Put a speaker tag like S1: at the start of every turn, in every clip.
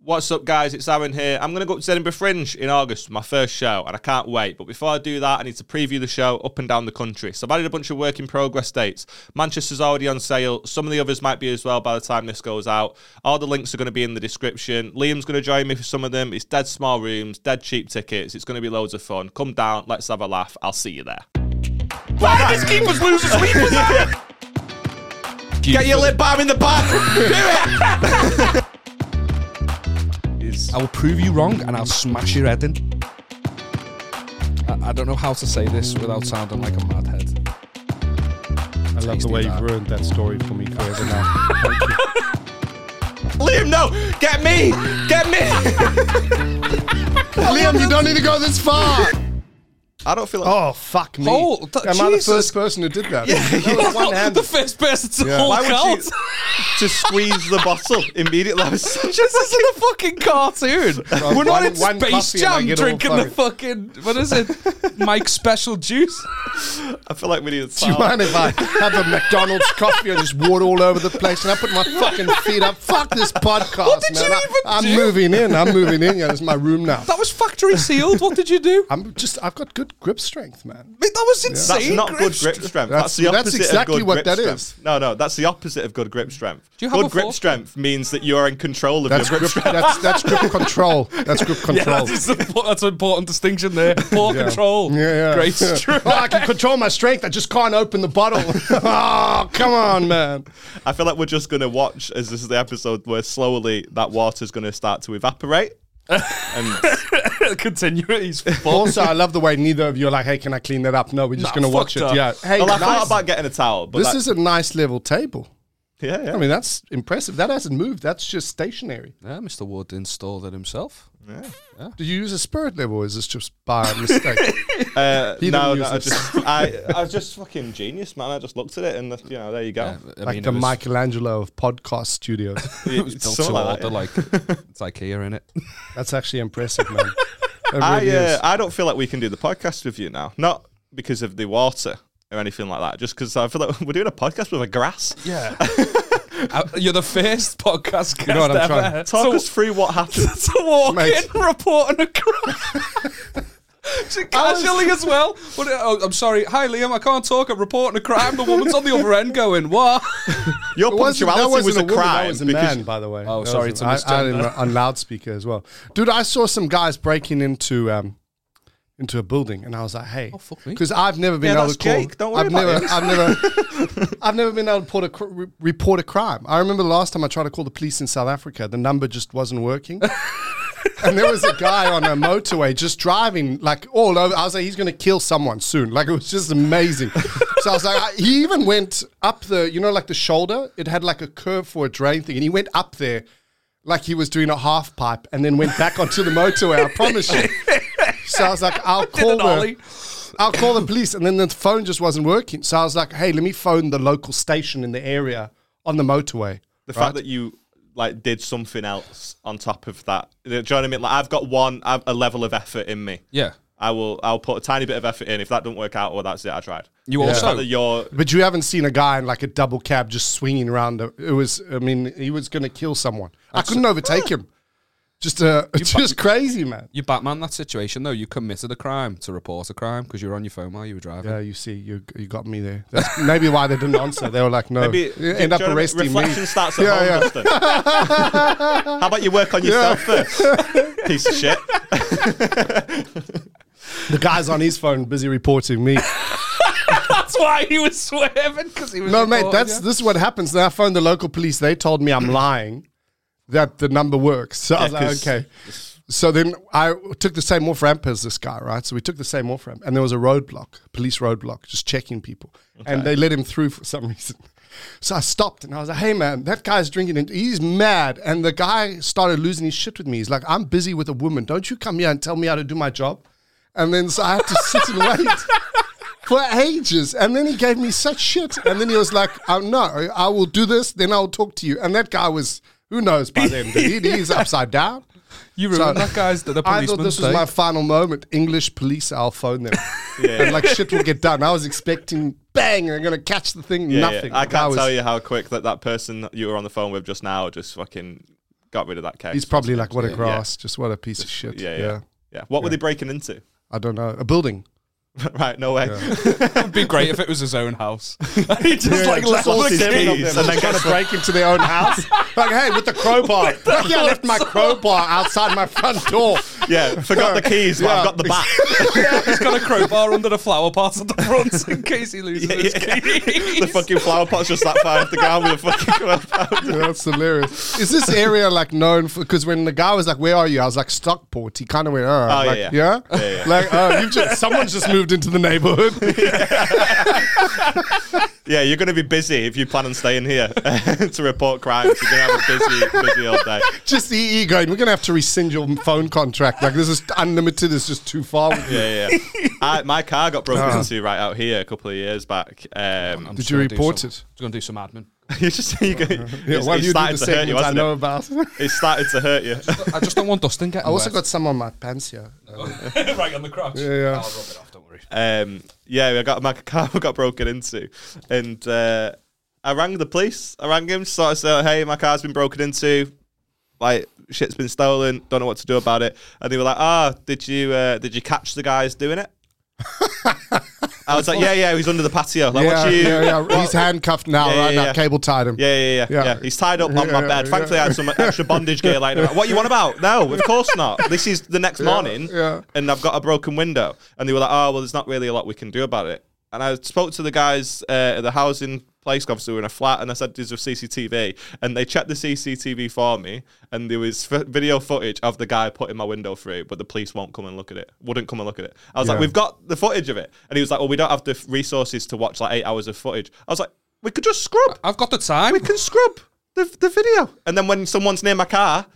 S1: What's up, guys? It's Aaron here. I'm going to go up to Edinburgh Fringe in August, my first show, and I can't wait. But before I do that, I need to preview the show up and down the country. So I've added a bunch of work in progress dates. Manchester's already on sale. Some of the others might be as well by the time this goes out. All the links are going to be in the description. Liam's going to join me for some of them. It's dead small rooms, dead cheap tickets. It's going to be loads of fun. Come down, let's have a laugh. I'll see you there.
S2: Barnabas keepers, losers, weepers.
S1: Get your lip balm in the bath.
S3: I will prove you wrong and I'll smash your head in. I, I don't know how to say this without sounding like a mad head.
S4: I love the
S3: Tasty
S4: way you've
S3: that.
S4: ruined that story for me forever now.
S1: Liam, no! Get me! Get me!
S4: Liam, you don't need to go this far.
S1: I don't feel like.
S4: Oh fuck me!
S3: Oh, th-
S4: Am I the
S3: Jesus.
S4: first person who did that? That was one hand.
S3: the first person to
S4: Um, Yeah.
S3: hold
S4: Why
S1: Why
S3: out.
S1: would you just squeeze the bottle immediately? That was such a
S3: This isn't a fucking cartoon.
S4: Well,
S3: We're not
S4: one-
S3: in
S4: one
S3: Space
S4: coffee and I
S3: Jam
S4: get all
S3: drinking the fucking what is it? Mike's special juice.
S1: I feel like we need a
S4: Do you mind if I have a McDonald's coffee and just water all over the place and I put my fucking feet up? Fuck this podcast,
S3: What did
S4: man.
S3: you
S4: I,
S3: even
S4: I'm
S3: do?
S4: moving in. I'm moving in. Yeah, this is my room now.
S3: That was factory sealed. What did you do? I
S4: I'm just. I've got good grip strength, man.
S3: mean, that was
S1: That's
S3: insane.
S1: not good
S3: Griff.
S1: grip strength.
S4: That's-
S1: That's, the
S4: that's
S1: opposite
S4: exactly
S1: of good
S4: what
S1: grip
S4: that
S1: strength.
S4: is.
S1: No, no, that's the opposite of good grip strength.
S3: you have
S1: good
S3: a
S1: grip
S3: fork?
S1: strength means that you are in control of
S4: That's
S1: your grip
S4: grip.
S1: strength.
S4: That's that's grip control. That's grip
S3: Yeah,
S4: control.
S3: that is the, that's an important distinction there. Poor
S4: Yeah.
S3: control.
S4: Yeah, yeah.
S3: Great
S4: Yeah.
S3: strength.
S4: Oh, I can control my strength. I just can't open the bottle. oh, come on, man.
S1: I feel like we're just going to watch as this is the episode where slowly that water's going to start to evaporate. and
S3: Continue. He's full.
S4: Also, I love the way neither of you are like, "Hey, can I clean that up?" No, we're just
S3: Nah,
S4: going to watch it.
S3: fucked
S4: Yeah.
S3: up.
S4: Hey,
S1: well, I
S4: nice.
S1: thought about getting a towel, but
S4: this
S1: that-
S4: is a nice level table.
S1: yeah, yeah.
S4: I mean, that's impressive. That hasn't moved. That's just stationary.
S3: Yeah, Mr. Wood installed it himself.
S4: Do you use a spirit level, or is this just by mistake?
S1: uh, no,
S4: he didn't
S1: no,
S4: use
S1: I
S4: it.
S1: just, I, I was just fucking genius, man. I just looked at it, and you know, there you go.
S3: I
S4: like
S3: mean,
S4: the
S3: it was
S4: Michelangelo of podcast studios.
S1: It was
S3: built to
S1: something like that,
S3: order,
S1: yeah.
S3: like it's IKEA in it.
S4: that's actually impressive, man. It
S1: I
S3: Ah,
S4: really
S1: uh,
S4: is.
S1: I don't feel like we can do the podcast with you now, not because of the water or anything like that, just because I feel like we're doing a podcast with a grass.
S3: Yeah, Uh, you're the first podcast guest
S4: know what I'm
S3: ever
S4: trying-
S1: Talk
S3: to,
S1: us through what happened.
S3: to walk
S4: Mate.
S3: in, report on a crime. She Casually as well. What, oh, I'm sorry. Hi, Liam. I can't talk. I'm reporting a crime. The woman's on the other end going, "What?"
S1: Your
S4: It wasn't- that
S1: punctuality was a
S4: wasn't woman,
S1: crime
S4: That was a
S1: because
S4: man, by the way.
S3: Oh,
S4: That
S3: sorry
S4: was
S3: to
S4: a- I- I had
S3: misgender.
S4: him on loudspeaker as well, dude. I saw some guys breaking into um, into a building, and I was like, "Hey,"
S3: Oh, fuck me.
S4: because I've never been
S1: Yeah,
S4: able
S1: that's
S4: to call.
S1: Jake. Don't worry
S4: I've
S1: about
S4: never,
S1: him.
S4: I've never, I've never been able to report a, cr- re- report a crime. I remember the last time I tried to call the police in South Africa, the number just wasn't working. And there was a guy on a motorway just driving like all over. I was like, he's going to kill someone soon. Like it was just amazing. so I was like, I, he even went up the, you know, like the shoulder. It had like a curve for a drain thing, and he went up there like he was doing a half pipe, and then went back onto the motorway. I promise you. So I was like, I'll call
S3: an
S4: the,
S3: ollie.
S4: I'll call the police, and then the phone just wasn't working. So I was like, hey, let me phone the local station in the area on the motorway.
S1: the fact that you like did something else on top of that. Do you know what I mean? Like I've got one, I've a level of effort in me.
S3: Yeah.
S1: I will. I'll put a tiny bit of effort in. If that do not work out, well, that's it. I tried.
S3: You
S1: The fact
S3: also
S1: that you're
S4: But you haven't seen a guy in like a double cab just swinging around. the- It was, I mean, he was going to kill someone. I couldn't overtake him. Just, uh, just crazy, man.
S3: you Batman that situation though. You committed a crime to report a crime because you were on your phone while you were driving.
S4: Yeah, you see, you you got me there. That's maybe why they didn't answer. They were like, no,
S1: Maybe
S4: you end up
S1: do you know what I mean?
S4: arresting me.
S1: Reflection starts at
S4: Yeah,
S1: home,
S4: yeah.
S1: Justin. How about you work on yourself first, piece of shit?
S4: The guy's on his phone, busy reporting me.
S3: That's why he was swerving because he was.
S4: No, mate,
S3: reporting
S4: that's
S3: you.
S4: this is what happens. Then I phoned the local police. They told me I'm lying, that the number works. So I was
S1: Yeah,
S4: like,
S1: 'cause-
S4: okay. So then I took the same off ramp as this guy, right? So we took the same off ramp, and there was a roadblock, police roadblock, just checking people, and they let him through for some reason. So I stopped and I was like, "Hey, man, that guy's drinking and he's mad." And the guy started losing his shit with me. He's like, "I'm busy with a woman. Don't you come here and tell me how to do my job." And then so I had to sit and wait for ages. And then he gave me such shit. And then he was like, oh, no, I will do this, then I'll talk to you. And that guy was, who knows by then, dude. He, he's upside down.
S3: you ruined
S4: So-
S3: that guy's the, the
S4: I
S3: policeman's
S4: thought this was
S3: day.
S4: my final moment. English police, I'll phone them. And like shit will get done. I was expecting bang, they're going to catch the thing.
S1: Yeah, yeah.
S4: Nothing.
S1: I
S4: That
S1: can't
S4: was-
S1: tell you how quick that that person that you were on the phone with just now just fucking got rid of that case.
S4: He's probably like, what a grass, just what a piece of shit.
S1: yeah, yeah, yeah, What were they breaking into?
S4: I don't know. A building.
S1: right, no way.
S3: It'd be great if it was his own house. And he just like
S4: just
S3: left
S4: all
S3: all the
S4: these men up
S3: keys.
S4: there, and then kind of break into their own house. like, hey, with the crowbar. Like, yeah, I left my crowbar outside my front door.
S1: Yeah, forgot the keys, but I've got the bat.
S3: He's got a crowbar under the flower pot at the front in case he loses his
S1: yeah.
S3: keys.
S1: the fucking flower pot's just that far off the ground with a fucking crowbar.
S4: Yeah, that's hilarious. Is this area like known for? Because when the guy was like, "Where are you?" I was like, "Stockport." He kind of went, "Oh,
S1: yeah,
S4: like,
S1: yeah.
S4: yeah,
S1: Yeah, yeah.
S4: like oh, you've just someone's just moved into the neighborhood."
S1: Yeah, you're going to be busy if you plan on staying here to report crimes. You're going to have a busy, busy old day.
S4: just EE going, "We're gonna have to rescind your phone contract. Like this is unlimited. It's just too far."
S1: Yeah, yeah. yeah. I, my car got broken
S4: Ah.
S1: into right out here a couple of years back. Um,
S4: Did you report it?
S3: He's going to do some admin.
S1: you just you go,
S4: Yeah,
S1: it's,
S4: why
S1: it's
S4: do you do
S1: started
S4: the
S1: to hurt
S4: segments
S1: you,
S4: I
S1: hasn't
S4: know
S1: it?
S4: about?
S1: It started to hurt you.
S3: I just don't want Dustin getting
S4: I also got some on my pants here. Uh,
S3: right on the crotch.
S4: yeah.
S3: I'll rub it off, don't worry.
S1: um, yeah, I got my car got broken into, and uh, I rang the police. I rang him, sort of said, "Hey, my car's been broken into. Like shit's been stolen. Don't know what to do about it." And they were like, "Ah, did you uh, did you catch the guys doing it?" I was like, "Yeah, yeah, he's under the patio. Like,
S4: yeah,
S1: what you?"
S4: yeah, yeah. He's handcuffed now,
S1: Yeah, yeah,
S4: right? now,
S1: yeah.
S4: cable tied him.
S1: Yeah, yeah, yeah,
S4: Yeah.
S1: yeah. He's tied up on
S4: Yeah,
S1: my bed.
S4: yeah.
S1: Thankfully, I had some extra bondage gear later. Like, what you want about? No, of course not. This is the next morning,
S4: yeah.
S1: and I've got a broken window. And they were like, "Oh, well, there's not really a lot we can do about it." And I spoke to the guys uh, at the housing place, 'cause obviously we we're in a flat, and I said, "Is there CCTV?" And they checked the CCTV for me, and there was f- video footage of the guy putting my window through, but the police won't come and look at it. Wouldn't come and look at it. I was like,
S4: Yeah.
S1: "We've got the footage of it," and he was like, "Well, we don't have the f- resources to watch like eight hours of footage." I was like, "We could just scrub."
S3: I've got the time.
S1: we can scrub the, the video. And then when someone's near my car,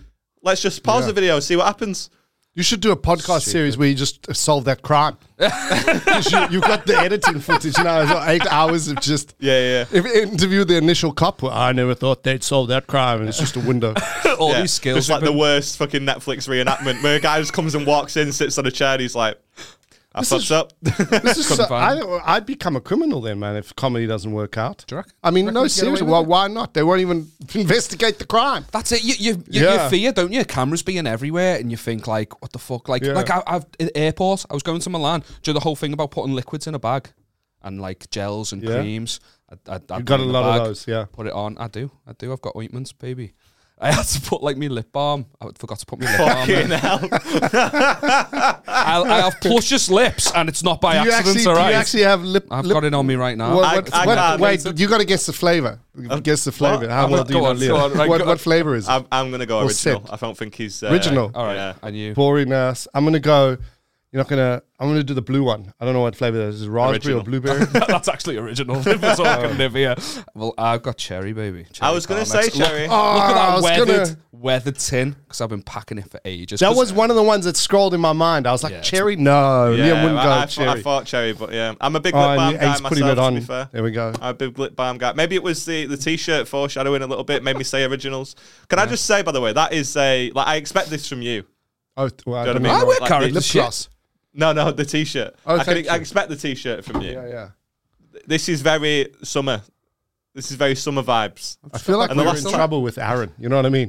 S1: let's just pause
S4: Yeah.
S1: the video and see what happens.
S4: You should do a podcast series where you just solve that crime. 'Cause you, you've got the editing footage now. It's like eight hours of just.
S1: Yeah, yeah, yeah.
S4: If you interview the initial cop, well, I never thought they'd solve that crime, and it's just a window.
S3: all
S1: Yeah.
S3: these skills.
S1: It's like
S3: we've
S1: the
S3: been-
S1: worst fucking Netflix reenactment where a guy just comes and walks in, sits on a chair, and he's like, I fucked
S4: is- Oh,
S1: up.
S4: This is so,
S3: find
S4: I, I'd become a criminal then, man, if comedy doesn't work out.
S3: you reckon?
S4: I mean,
S3: Reckon
S4: no,
S3: you can get away
S4: seriously,
S3: with
S4: why,
S3: it?
S4: why not? They won't even investigate the crime.
S3: That's it. You you, you,
S4: Yeah.
S3: you fear, don't you? Cameras being everywhere, and you think like, what the fuck? Like
S4: Yeah.
S3: like I, I've in airport. I was going to Milan. Do the whole thing about putting liquids in a bag, and like gels and
S4: Yeah.
S3: creams. I, I, I put
S4: got
S3: it
S4: a
S3: in the
S4: lot of
S3: bag,
S4: those, yeah.
S3: Put it on. I do. I do. I've got ointments, baby. I had to put like my lip balm. I forgot to put my lip balm.
S1: Fucking
S3: In.
S1: hell.
S3: I, I have luscious lips, and it's not by
S4: Do you,
S3: accident.
S4: actually,
S3: all
S4: do
S3: right,
S4: you actually have lip?
S3: I've
S4: lip-
S3: got it on me right now.
S4: What,
S1: I-
S4: what,
S1: I
S4: what-
S1: can't.
S4: wait, you got to guess the flavor. guess the flavor. How
S3: Uh, I'm
S4: well
S3: not-
S4: do you
S3: go
S4: know
S3: on,
S4: Leo?
S3: go on, right,
S4: what,
S3: go-
S4: what flavor is it?
S1: I'm, I'm going to go
S4: Or
S1: original.
S4: sip.
S1: I don't think he's. Uh,
S4: Original.
S3: all right,
S1: Yeah.
S3: I knew.
S4: Boring ass. I'm gonna go. You're not gonna. I'm gonna do the blue one. I don't know what flavor that is. Is it raspberry
S1: Original.
S4: or blueberry?
S3: That's actually original. if we're talking Nivea. Well, I've got cherry, baby. Cherry
S1: I was
S4: Oh,
S1: going to
S3: Parmex.
S1: say,
S3: Look-
S1: Cherry.
S3: Look at
S4: Ah, I
S3: that
S4: was
S3: weathered,
S4: gonna-
S3: weathered tin because I've been packing it for ages.
S4: That
S3: 'Cause
S4: was one of the ones that scrolled in my mind. I was like,
S3: Yeah, it's-
S4: cherry? No,
S1: yeah,
S4: Oh, Liam wouldn't
S1: I,
S4: go
S1: I,
S4: cherry.
S1: Thought, I thought Cherry, but yeah. I'm a big
S4: Oh,
S1: lip
S4: and
S1: balm
S4: he-
S1: guy
S4: he's putting
S1: myself,
S4: it on.
S1: to be fair.
S4: There we go.
S1: I'm a big lip balm guy. Maybe it was the, the t-shirt foreshadowing a little bit, made me say originals. Can I just say, by the way, that is a, like, I expect this from you.
S4: Oh, th- well, I
S1: Do you
S4: don't
S1: know what
S4: know.
S1: I
S3: I
S1: mean?
S3: wear
S1: Like
S3: curry
S1: the
S3: to
S4: Lip
S3: shit.
S4: gloss.
S1: No, no, the t-shirt.
S4: Oh,
S1: I,
S4: thank
S1: can, I
S4: you.
S1: expect the t-shirt from you.
S4: Yeah, yeah.
S1: This is very summer. This is very summer vibes.
S4: I feel like
S1: And the
S4: we're
S1: last
S4: in
S1: time-
S4: trouble with Aaron. You know what I mean?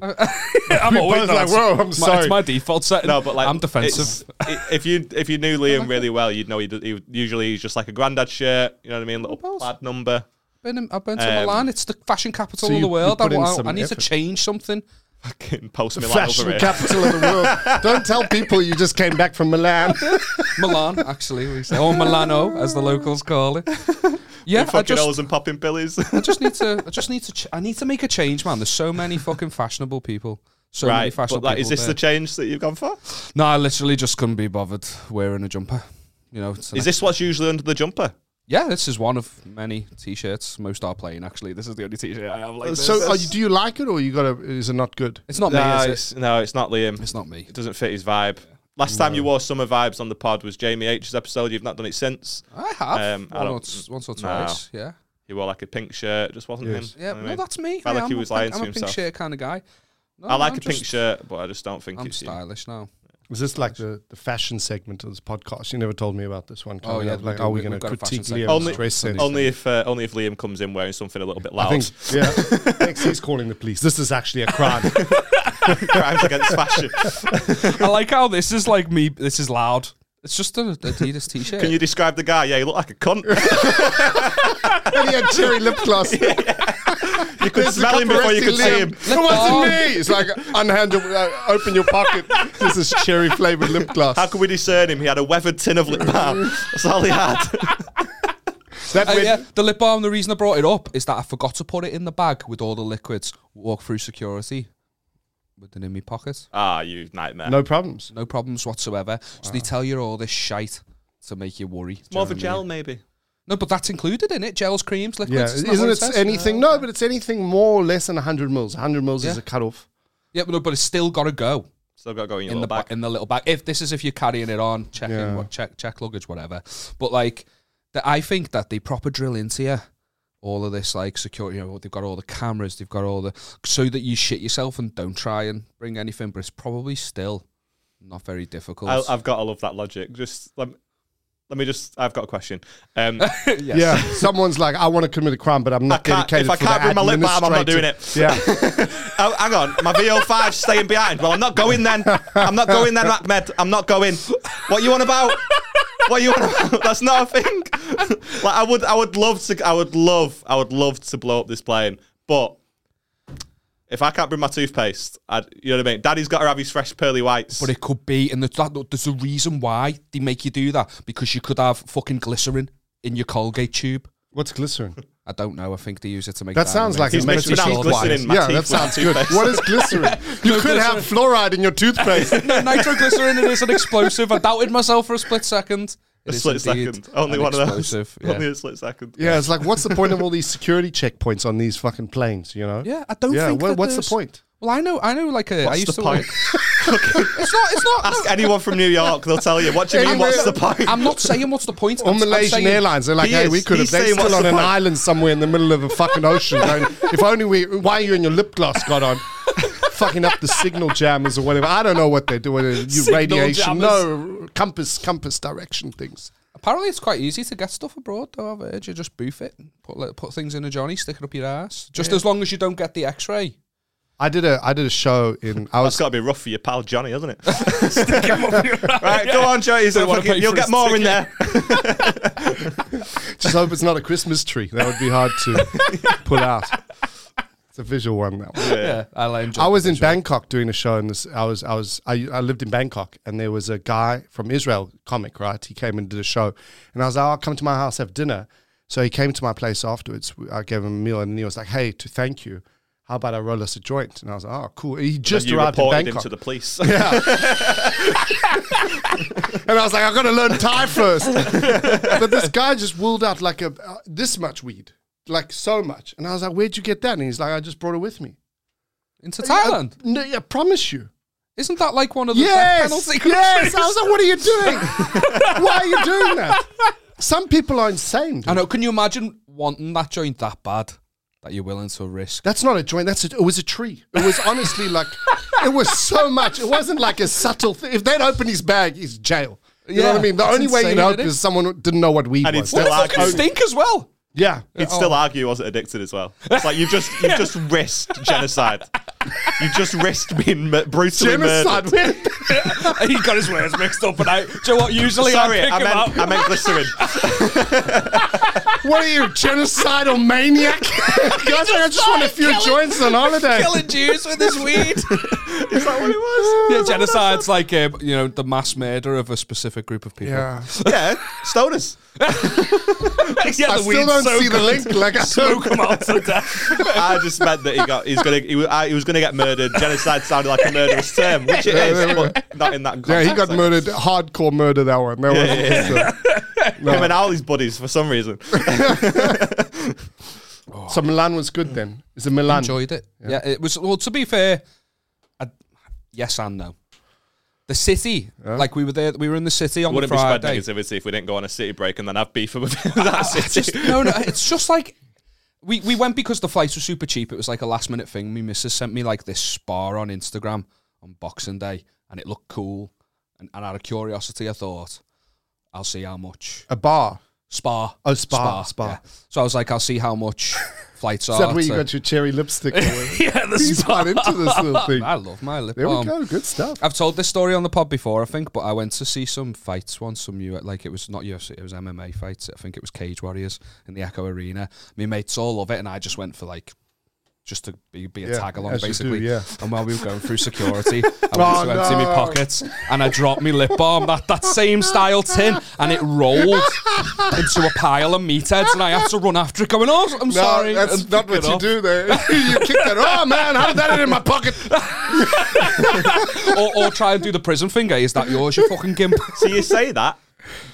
S3: I'm
S4: We
S3: always
S4: both like,
S3: like,
S4: whoa, I'm
S3: My,
S4: sorry.
S3: it's my default setting.
S1: No, but like
S3: I'm defensive.
S1: it's- i- If you if you knew Liam really well, you'd know he, does, he usually he's just like a granddad shirt. You know what I mean? Little
S3: Balls.
S1: plaid number.
S3: Been in- I've been to
S1: Um,
S3: Milan. It's the fashion
S4: so
S3: capital of
S4: you-
S3: the
S4: you
S3: world. I,
S4: put in
S3: want-
S4: some
S3: I need to
S4: effort.
S3: change something.
S1: Fucking post Milan over
S4: Fashion
S1: it.
S4: capital of the world. Don't tell people you just came back from Milan.
S3: Milan, actually, we say, or Milano, as the locals call it. Yeah, I
S1: Fucking
S3: just,
S1: holes and popping pillies.
S3: I just need to. I just need to. Ch- I need to make a change, man. There's so many fucking fashionable people. So many
S1: right.
S3: fashionable
S1: But like,
S3: people.
S1: is this the
S3: there.
S1: change that you've gone for?
S3: No, I literally just couldn't be bothered wearing a jumper. You know, it's an
S1: Is this what's usually under the jumper?
S3: Yeah, this is one of many t-shirts. Most are plain, actually. This is the only t-shirt I have like this.
S4: so, are you, do you like it or you got to? Is it not good?
S3: it's not
S1: no,
S3: me, is
S1: it's, no, it's not Liam.
S3: it? It's not me.
S1: It doesn't fit his vibe. Last time you wore summer vibes on the pod was Jamie H's episode. You've not done it since.
S3: I have
S1: Um, I
S3: one,
S1: don't-
S3: or t- once or
S1: no.
S3: twice. Yeah,
S1: He wore like a pink shirt. It just wasn't
S4: Yes.
S1: him.
S3: yeah.
S1: You know
S3: no,
S1: what I mean?
S3: that's me.
S1: Felt
S3: I
S1: like
S3: am
S1: he
S3: a
S1: was
S3: pink-
S1: lying to
S3: I'm a pink
S1: himself.
S3: shirt kind of guy. No,
S1: I like
S3: I'm
S1: a pink
S3: just-
S1: shirt, but I just don't think
S3: I'm
S1: it's you.
S3: stylish now.
S4: Is this like the, the fashion segment of this podcast? You never told me about this one.
S3: Oh,
S4: Tony.
S3: yeah, we
S4: like
S3: do.
S4: are we
S3: We've
S4: going to
S3: got a fashion
S4: critique
S3: segment.
S4: Liam's
S1: Only,
S4: dress sense?
S1: only if uh, only if Liam comes in wearing something a little bit
S4: I
S1: loud.
S4: think yeah. Next he's calling the police. This is actually a crime.
S1: Crimes against fashion.
S3: I like how this is like me. This is loud. It's just an Adidas t-shirt.
S1: Can you describe the guy? Yeah, you look like a cunt.
S4: and he had cherry lip gloss.
S1: You could
S4: There's a
S1: smell him
S4: couple
S1: before you could
S4: rusty
S1: see
S4: lip.
S1: him.
S4: It wasn't me. It's like unhandle. Like, open your pocket. This is cherry flavored lip gloss.
S1: How could we discern him? He had a weathered tin of lip balm. That's all he had.
S4: that
S3: Uh,
S4: went,
S3: yeah, the lip balm. The reason I brought it up is that I forgot to put it in the bag with all the liquids. Walk through security with it in my pocket.
S1: Ah, you nightmare.
S4: No problems.
S3: No problems whatsoever. So they tell you all this shite to make you worry. Do you
S1: More
S3: know
S1: of a
S3: what I
S1: gel,
S3: mean?
S1: maybe.
S3: No, but that's included in it. Gels, creams,
S4: Yeah,
S3: liquids.
S4: isn't,
S3: that what
S4: it
S3: says?
S4: anything? No, but it's anything more or less than 100 mils. 100 mils is
S3: Yeah.
S4: a cutoff.
S3: Yeah, but, no, but it's still got to go
S1: Still got to go in your
S3: in the
S1: little
S3: ba-
S1: bag.
S3: in the little bag. If this is if you're carrying it on, checking
S4: Yeah.
S3: what check check luggage, whatever. But like, the, I think that they proper drill into you all of this like security. You know, they've got all the cameras, they've got all the so that you shit yourself and don't try and bring anything. But it's probably still not very difficult.
S1: I, I've got to love that logic. Just let me, let me just. I've got a question. Um,
S3: Yes.
S4: Yeah, someone's like, I want to commit a crime, but I'm
S1: I
S4: not
S1: can't,
S4: dedicated.
S1: if I
S4: for the
S1: can't bring my lip balm, I'm not doing
S4: administrative-
S1: it.
S4: Yeah,
S1: oh, hang on, my VO5 staying behind. Well, I'm not going then. I'm not going then, Ahmed. I'm not going. What you on about? What you on about? That's not a thing. like I would, I would love to, I would love, I would love to blow up this plane, but. If I can't bring my toothpaste, I'd, you know what I mean. Daddy's got to have his fresh pearly whites.
S3: But it could be, and there's, that, there's a reason why they make you do that because you could have fucking glycerin in your Colgate tube.
S4: what's glycerin?
S3: I don't know. I think they use it to make
S4: That sounds like
S1: He's
S4: it makes
S1: mixed
S4: you
S1: it up,
S4: feel
S1: glycerin
S4: wise.
S1: in my
S4: Yeah,
S1: teeth
S4: that
S1: with
S4: sounds
S1: my
S4: good.
S1: toothpaste.
S4: What is glycerin? You could have fluoride in your toothpaste.
S3: no, nitroglycerin. It is an explosive. I doubted myself for a split second. It
S1: a
S3: is
S1: split
S3: indeed
S1: second. Only
S3: an
S1: one
S3: explosive,
S1: of those.
S3: Yeah.
S1: Only a split second.
S4: yeah, it's like, what's the point of all these security checkpoints on these fucking planes? You know?
S3: Yeah, I don't
S4: Yeah,
S3: think.
S4: wha-
S3: that
S4: what's the
S3: there's-
S4: point?
S3: Well, I know, I know. Like a, I
S1: What's
S3: used
S1: the
S3: to
S1: point?
S3: work- it's not. It's not.
S1: Ask
S3: no,
S1: anyone from New York, they'll tell you. What do you mean?
S4: Anywhere-
S1: What's the point?
S3: I'm not saying what's the point.
S4: Or
S3: I'm, I'm
S4: Malaysian
S3: saying-
S4: Airlines, they're like,
S1: He
S4: hey,
S1: is-
S4: we could have.
S1: he's
S4: They're
S1: saying
S4: still
S1: what's
S4: on
S1: the
S4: an
S1: point.
S4: island somewhere in the middle of a fucking ocean. Going, if only we. Why are you in your lip gloss, Goddard? fucking up the signal jammers or whatever. I don't know what they're doing. uh, You
S3: Signal
S4: radiation,
S3: jammers.
S4: no compass, compass direction things.
S3: Apparently, it's quite easy to get stuff abroad, though. I've heard you just boof it, put like, put things in a johnny, stick it up your ass. Just as long as you don't get the X-ray.
S4: I did a I did a show in I
S1: That's
S4: was
S1: got to be rough for your pal Johnny, hasn't it? right, go on, Johnny. so
S3: wanna
S1: fucking-
S3: pay
S1: you'll
S3: for
S1: get
S3: his
S1: more in there.
S4: just hope it's not a Christmas tree. That would be hard to pull out. It's a visual one that one.
S3: Yeah, I enjoy.
S4: I was in
S3: Bangkok.
S4: Bangkok doing a show, and this I was I was I, I lived in Bangkok, and there was a guy from Israel, comic, right? He came and did a show, and I was like, "I'll come to my house have dinner." So he came to my place afterwards. I gave him a meal, and he was like, "Hey, to thank you, how about I roll us a joint?" And I was like, "Oh, cool." He just
S1: you
S4: arrived in
S1: reported him
S4: Bangkok,
S1: to the police.
S4: and I was like, "I've got to learn Thai first. but this guy just wheeled out like a uh, this much weed, like so much, and I was like, "Where'd you get that?" And he's like, "I just brought it with me."
S3: into Thailand.
S4: No, I promise you.
S3: Isn't that like one of the death
S4: Yes,
S3: penalty
S4: yes.
S3: countries?
S4: I was like, what are you doing? Why are you doing that? Some people are insane. dude.
S3: I know. Can you imagine wanting that joint that bad that you're willing to risk?
S4: That's not a joint. That's a, it was a tree. It was honestly like it was so much. It wasn't like a subtle thing. If they'd open his bag, he's jail. You know
S3: Yeah,
S4: what I mean? The
S3: that's
S4: only way
S3: insane,
S4: you'd hope
S3: isn't it?
S4: is someone didn't know what weed
S1: And
S4: was.
S1: it's still
S3: Well, it fucking
S1: arguing.
S3: stink as well.
S4: yeah,
S1: He'd still argue he wasn't addicted as well. It's like you've just you've just risked genocide. You've just risked being mu- brutally
S4: genocide.
S1: murdered.
S3: he got his words mixed up, and I. Do you know what? Usually,
S1: Sorry,
S3: I pick
S1: I
S3: him
S1: meant I
S3: up.
S1: meant glycerin.
S4: what are you, genocidal maniac? Guys, I just want a few joints on holiday.
S3: Killing Jews with his weed.
S1: Is that what it was?
S3: yeah, genocide's like uh, you know the mass murder of a specific group of people.
S4: Yeah.
S1: Yeah, stoners.
S4: I still don't see the link. Like I don't,
S1: I just meant that he got he's gonna he, was- I- he was gonna get murdered. Genocide sounded like a murderous term, which it is, but not in that.
S4: Yeah,
S1: Context.
S4: he got murdered. Hardcore murder that one. That one was, uh,
S1: Him and Ollie's buddies for some reason.
S4: so Milan was good then. Is it Milan?
S3: enjoyed it. Yeah. it was. Well, to be fair, I, yes and no. The city, like we were there, we were in the city on
S1: Wouldn't
S3: the
S1: be spread
S3: Friday.
S1: negativity if we didn't go on a city break and then have beef with that
S3: I
S1: city.
S3: just no, no. It's just like we we went because the flights were super cheap. It was like a last minute thing. My missus sent me like this spa on Instagram on Boxing Day, and it looked cool. And, and out of curiosity, I thought, I'll see how much.
S4: A bar.
S3: Spa.
S4: Oh, Spa, Spa.
S3: So I was like, I'll see how much flights
S4: Is
S3: are.
S4: that where you
S3: to-
S4: got your cherry lipstick? yeah,
S3: yeah, the
S4: He's
S3: spa.
S4: quite into this little thing.
S3: I love my lip
S4: There we
S3: balm.
S4: go. Good stuff.
S3: I've told this story on the pod before, I think, but I went to see some fights once, some U like it was not UFC, it was MMA fights. I think it was Cage Warriors in the Echo Arena. My mates all love it, and I just went for like just to be, be a
S4: Yeah,
S3: tag along,
S4: as you do,
S3: basically.
S4: yeah.
S3: And while we were going through security, I went
S4: Oh,
S3: to empty my
S4: no.
S3: pockets and I dropped my lip balm, that, that same style tin, and it rolled into a pile of meatheads, and I had to run after it, going, "Oh, I'm
S4: No,
S3: sorry."
S4: that's
S3: and
S4: not what
S3: pick it
S4: you
S3: up.
S4: do there. you kick that. Oh man, how did that end in my pocket?
S3: or, or try and do the prison finger. Is that yours, you fucking gimp?
S1: So you say that,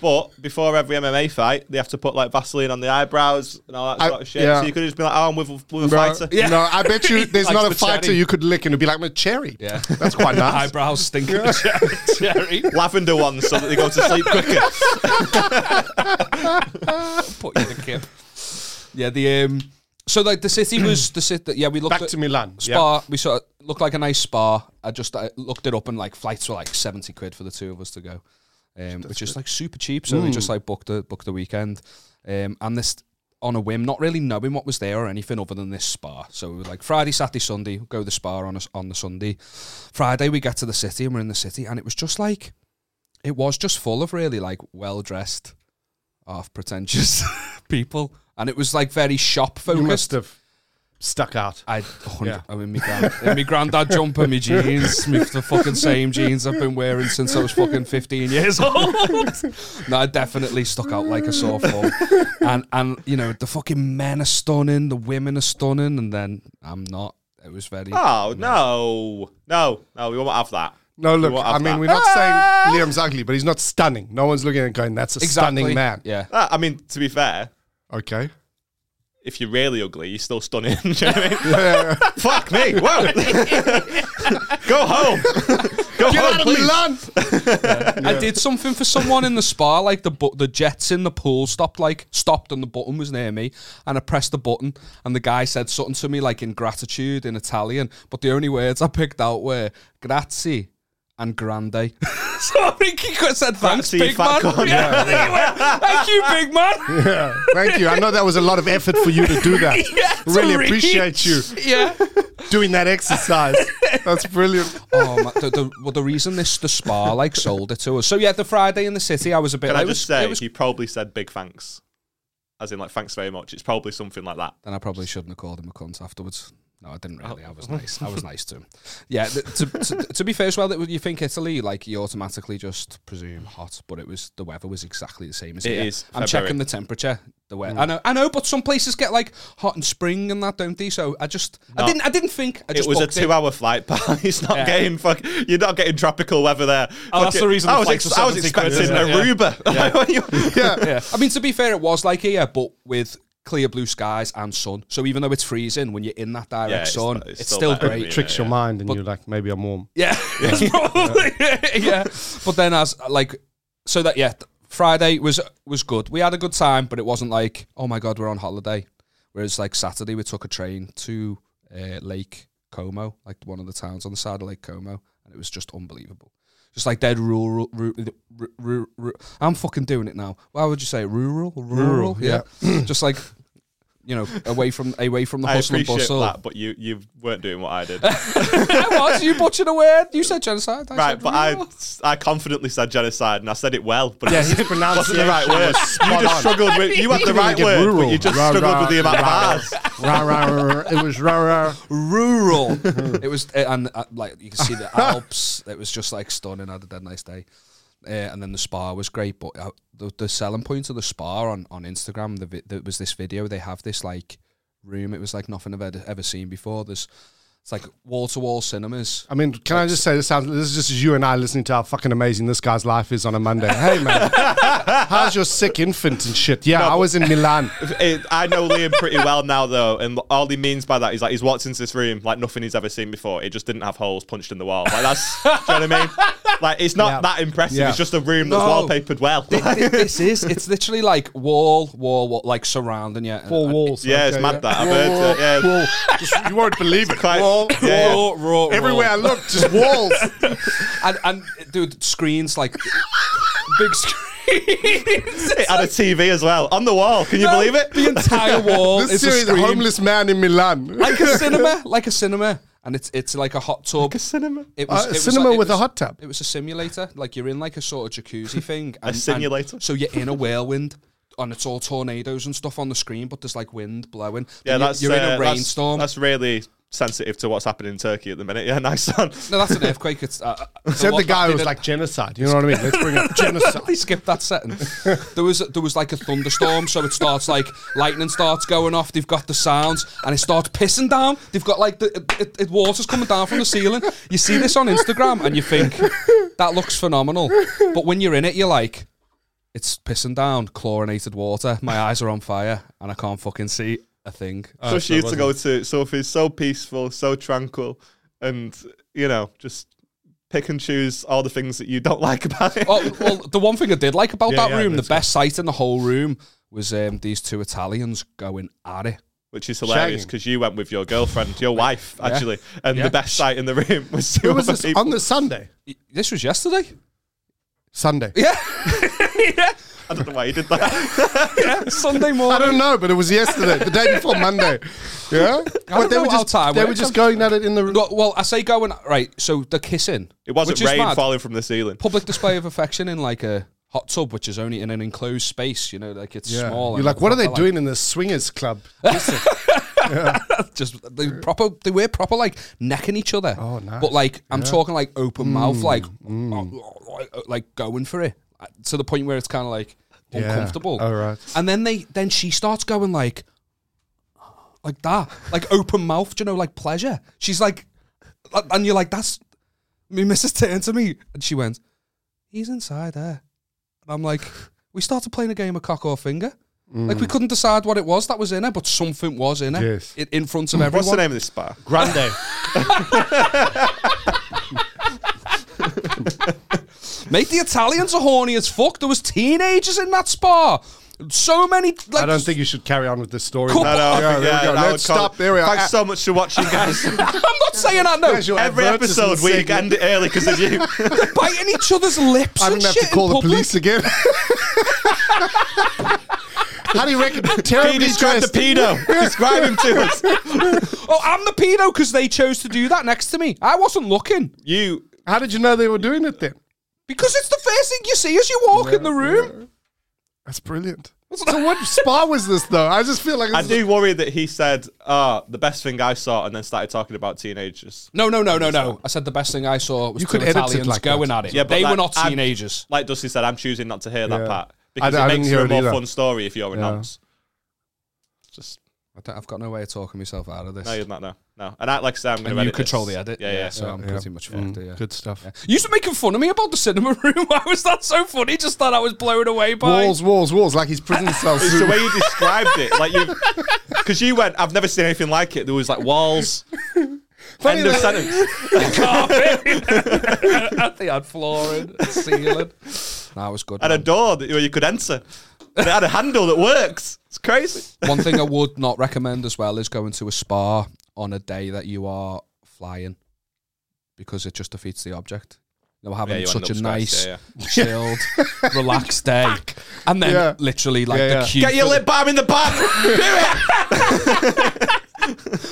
S1: but before every MMA fight, they have to put like Vaseline on the eyebrows and all that
S4: I-
S1: sort of shit.
S4: yeah.
S1: So you could just be like, "Oh, I'm with, a- with a
S4: No,
S1: fighter."
S3: Yeah.
S4: no, I bet you there's
S3: Like
S4: not a
S3: the
S4: fighter
S3: cherry.
S4: you could lick and it'd be like my cherry.
S3: Yeah.
S4: that's quite nice.
S3: eyebrows stinking cherry.
S1: Lavender ones so that they go to sleep quicker.
S3: Put you in the kip. Yeah, the um. So like the city was the city. Yeah, we looked
S4: Back
S3: at
S4: to Milan.
S3: spa. We sort of looked like a nice spa. I just I looked it up and like flights were like seventy quid for the two of us to go, um, which is like super cheap. So we
S4: Hmm.
S3: just like booked the booked the weekend, um, and this on a whim, not really knowing what was there or anything other than this spa. So we were like Friday, Saturday, Sunday, go to the spa on us on the Sunday. Friday we get to the city and we're in the city, and it was just like it was just full of really like well dressed, half pretentious people, and it was like very shop
S4: Yeah. You must
S3: focused.
S4: have stuck out.
S3: I, 100
S4: Yeah.
S3: I'm in my, grand, in my granddad jumper, my jeans, my, the fucking same jeans I've been wearing since I was fucking 15 years old. no, I definitely stuck out like a sore thumb. And, and, you know, the fucking men are stunning, the women are stunning, and then I'm not. It was very.
S4: Ah,
S1: Oh no, no, no! We won't have that.
S4: No,
S1: We
S4: look,
S1: won't have
S4: I mean,
S1: that.
S4: we're not
S3: Ah!
S4: saying Liam's ugly, but he's not stunning. No one's looking at him going, that's a stunning man.
S3: Yeah.
S1: Ah, I mean, to be fair,
S4: Okay.
S1: if you're really ugly, you're still stunning. Do you know what I mean? Fuck me! Whoa! Go home. Go
S4: Get
S1: home,
S4: out of
S1: please.
S4: Milan!
S3: I did something for someone in the spa, like the bu- the jets in the pool stopped, like stopped, and the button was near me, and I pressed the button, and the guy said something to me like in gratitude in Italian, but the only words I picked out were grazie and grande. so I think he could have said thanks,
S1: Grazie, you
S3: big
S1: fat
S3: man.
S1: cunt.
S3: Yeah, I think he went, Thank you, big man.
S4: Yeah, thank you. I know that was a lot of effort for you to do that.
S3: Yeah,
S4: really
S3: to reach.
S4: appreciate you
S3: Yeah.
S4: doing that exercise. That's brilliant.
S3: Oh, my, the, the, well, the reason this the spa like sold it to us. So yeah, the Friday in the city, I was a bit.
S1: Can
S3: like,
S1: I
S3: it
S1: just
S3: was- it
S1: say,
S3: was-
S1: he probably said big thanks, as in like thanks very much. It's probably something like that.
S3: Then I probably shouldn't have called him a cunt afterwards. No, I didn't really. I was nice. I was nice to him. Yeah. th- to, to, to be fair as well, that you think Italy, like you automatically just presume hot, but it was the weather was exactly the same as
S1: It
S3: here.
S1: is
S3: I'm
S1: February. Mm.
S3: checking the temperature. The weather. I know. I know. But some places get like hot in spring and that, don't they? So I just, I
S1: No.
S3: didn't, I didn't think. I
S1: It
S3: just
S1: was a
S3: booked
S1: two-hour flight, but it's not
S3: Yeah.
S1: getting fuck. You're not getting tropical weather there. Fuck
S3: Oh, that's
S1: it.
S3: the reason
S1: I
S3: the
S1: was,
S3: flights were
S1: I was
S3: 70 quid,
S1: expecting
S3: isn't it?
S1: Aruba.
S4: Yeah.
S3: Yeah. I mean, to be fair, it was like here, but with clear blue skies and sun. So even though it's freezing, when you're in that direct
S1: Yeah, it's-
S3: sun, it's,
S1: it's still
S3: still
S1: better,
S3: great.
S1: yeah.
S4: Tricks your mind, and you're like, maybe I'm warm.
S3: Yeah, it's probably yeah. But then as like so that yeah, th- Friday was was good. We had a good time, but it wasn't like oh my god, we're on holiday. Whereas like Saturday, we took a train to uh, Lake Como, like one of the towns on the side of Lake Como, and it was just unbelievable. Just like dead rural, rural, rural, I'm fucking doing it now. Why would you say rural? Rural, yeah. just like you know, away from away from the
S1: I
S3: hustle and
S1: appreciate
S3: bustle.
S1: that, but you you weren't doing what I did.
S3: I was you butchered a word. You said genocide. I
S1: right,
S3: said
S1: but I
S3: rural.
S1: I confidently said genocide and I said it well, but
S4: Yeah,
S1: it
S4: his
S1: wasn't, wasn't the
S4: pronunciation
S1: right word. You just struggled with you had the
S4: Couldn't even
S1: right
S4: get
S1: word,
S4: rural.
S1: but you just
S4: Rah,
S1: struggled
S4: rah,
S1: with the amount of
S4: rah.
S1: bars.
S4: Rah, rah, rah, rah. It was rah, rah.
S3: rural. it was, uh, and uh, like you can see the Alps. It was just like stunning. I had a dead nice day, uh, and then the spa was great. But uh, the, the selling point of the spa on on Instagram, the vi- there was this video. They have this like room. It was like nothing I've ever, ever seen before. There's it's like wall to wall cinemas.
S4: I mean, can I just say this sounds this is just you and I listening to how fucking amazing this guy's life is on a Monday. Hey man, how's your sick infant and shit? Yeah, I was in Milan.
S1: It- I know Liam pretty well now though, and all he means by that is like he's walked into this room like nothing he's ever seen before. It just didn't have holes punched in the wall. Like that's do you know what I mean? Like it's not
S4: Yeah.
S1: that impressive.
S4: Yeah.
S1: It's just a room that's
S3: No.
S1: wallpapered well.
S3: Thi- thi- this is it's literally like wall, wall, wall, like surrounding you.
S4: Four
S3: And-
S4: walls.
S1: yeah, it's
S4: okay,
S1: mad that I've heard. it, Yeah.
S4: Wall. Just- you won't believe it.
S1: Quite-
S4: wall.
S1: yeah.
S4: wall.
S3: Raw, raw, raw.
S4: Everywhere I look, just walls.
S3: and, and dude, screens like big screens.
S1: It had a TV as well on the wall. Can you believe it?
S3: The entire wall
S4: this
S3: is a
S4: series,
S3: screen,
S4: homeless man in Milan.
S3: like a cinema, like a cinema, and it's it's like a hot tub.
S1: a cinema.
S3: It
S4: Uh, a cinema
S3: it
S4: with a
S3: was-
S4: hot tub.
S3: It was a simulator. Like you're in like a sort of jacuzzi thing. And,
S1: simulator?
S3: And, so you're in a whirlwind. And it's all tornadoes and stuff on the screen, but there's like wind blowing.
S1: Yeah,
S3: Then you-
S1: that's
S3: you're
S1: uh,
S3: in a
S1: that's-
S3: rainstorm.
S1: That's, really sensitive to what's happening in Turkey at the minute. Yeah, nice one.
S3: no, that's an earthquake. It's uh, uh,
S4: Said the
S3: what-
S4: guy who
S3: they
S4: was
S3: did-
S4: like genocide. You know what I mean? Let's bring up genocide.
S3: they skipped that setting. There was there was like a thunderstorm, so it starts like lightning starts going off. They've got the sounds, and it starts pissing down. They've got like the it, it, it water's coming down from the ceiling. You see this on Instagram, and you think that looks phenomenal. But when you're in it, you're like, it's pissing down chlorinated water. My eyes are on fire, and I can't fucking see a thing.
S1: so Oh,
S3: Uh,
S1: she used to go to Sophie's so peaceful, so tranquil, and you know, just pick and choose all the things that you don't like about it.
S3: Oh, well, the one thing I did like about
S1: Yeah,
S3: that
S1: yeah,
S3: room, the
S1: that's
S3: best sight in the whole room, was um, these two Italians going at it.
S1: Which is hilarious
S4: Shagging.
S1: because you went with your girlfriend, your wife, actually, and
S3: Yeah.
S1: the best sight in the room was two
S4: Who was
S1: other
S4: this?
S1: people.
S4: On the Sunday.
S3: Y- This was yesterday.
S4: Sunday.
S3: Yeah. yeah.
S1: I don't know why you did that.
S3: Sunday
S4: I
S3: morning.
S4: don't know, but it was yesterday, the day before Monday. Yeah, but
S3: know how
S4: just
S3: time
S4: they were
S3: works.
S4: just going at it in the room.
S3: No, well, I say going right. So the kissing.
S1: It wasn't
S3: which is
S1: rain
S3: mad.
S1: falling from the ceiling.
S3: Public display of affection in like a hot tub, which is only in an enclosed space. You know, like it's
S4: Yeah.
S3: small.
S4: You're
S3: and
S4: like, what are they
S3: proper,
S4: doing in the swingers club?
S3: Just they proper. They were proper like necking each other.
S4: Oh, nice. Mm.
S3: But like I'm talking like open mouth, like like- like going for it uh, to the point where it's kind of like uncomfortable.
S4: All right.
S3: And then they then she starts going like like that. Like open mouth, do you know, like pleasure. She's like and you're like, that's me Mrs. turned to me and she went, He's inside there. And I'm like, we started playing a game of cock or finger.
S4: Mm.
S3: Like we couldn't decide what it was that was in her, but something was in her.
S4: Yes.
S3: In, in front of
S1: What's the
S3: everyone.
S1: name of this spa?
S4: Grande.
S3: Mate, the Italians are horny as fuck. There was teenagers in that spa. So many like
S4: I don't think you should carry on with this story.
S3: Cool.
S1: No, no, I
S4: Yeah,
S1: think,
S4: there we
S1: yeah,
S4: go.
S1: that would
S4: Let's
S1: call-
S4: stop. There we are.
S1: Thanks so much for watching, guys.
S3: I'm not saying that no.
S4: Casual
S1: Every
S4: advertisement
S1: episode we
S4: segment.
S1: end it early because of you.
S3: They're biting each other's lips.
S4: I'm
S3: and
S4: gonna have to
S3: shit
S4: call
S3: in
S4: the
S3: public.
S4: police again. How do you reckon?
S1: He
S4: Terribly
S1: described the
S4: dressed.
S1: pedo. Describe him to us.
S3: Oh, I'm the pedo because they chose to do that next to me. I wasn't looking
S1: You
S4: How did you know they were doing it then?
S3: because it's the first thing you see as you walk in the room.
S4: That's brilliant. So what spa was this though? I just feel like
S1: I
S4: this is-
S1: do worry that he said, "Ah, the best thing I saw," and then started talking about teenagers.
S3: No, no, no, no, no. I said the best thing I saw was
S4: You
S3: two
S4: could edit it
S3: Italians
S4: like
S3: going
S4: that.
S3: at it.
S1: Yeah, but
S3: they
S1: like,
S3: were not
S1: I'm-
S3: teenagers.
S1: Like Dusty said, I'm choosing not to hear that
S4: Yeah.
S1: part
S4: I
S1: because
S4: d- I
S1: it
S4: didn't
S1: makes
S4: hear
S1: for a
S4: it
S1: more
S4: either.
S1: fun story if you're a
S4: Yeah.
S1: nonce. Just
S3: I don't, I've got no way of talking myself out of this.
S1: no, you're not. No, no. And I, like I said, I'm going
S3: and
S1: to
S3: you control the edit.
S1: Yeah, Mm, yeah.
S3: So I'm pretty much fucked. Yeah.
S4: Mm, Good stuff.
S3: You used to making fun of me about the cinema room. Why was that so funny? Just thought I was blown away by.
S4: Walls, walls, walls. Like he's prison cells.
S1: It's the way you described it, like you, because you went. I've never seen anything like it. There was like walls.
S4: Funny
S1: end of
S4: that-
S1: sentence.
S3: I think I'd flooring, ceiling. That was good.
S1: And a
S3: man.
S1: door that where you could enter. They had a handle that works. It's crazy.
S3: One thing I would not recommend as well is going to a spa on a day that you are flying because it just defeats the object. You know, having
S1: you end
S3: such a
S1: up stressed,
S3: nice,
S1: yeah,
S3: chilled, relaxed day. And then
S4: Yeah.
S3: literally like
S4: Yeah,
S3: the
S4: yeah.
S3: queue
S1: Get your
S3: for
S1: lip balm in the back.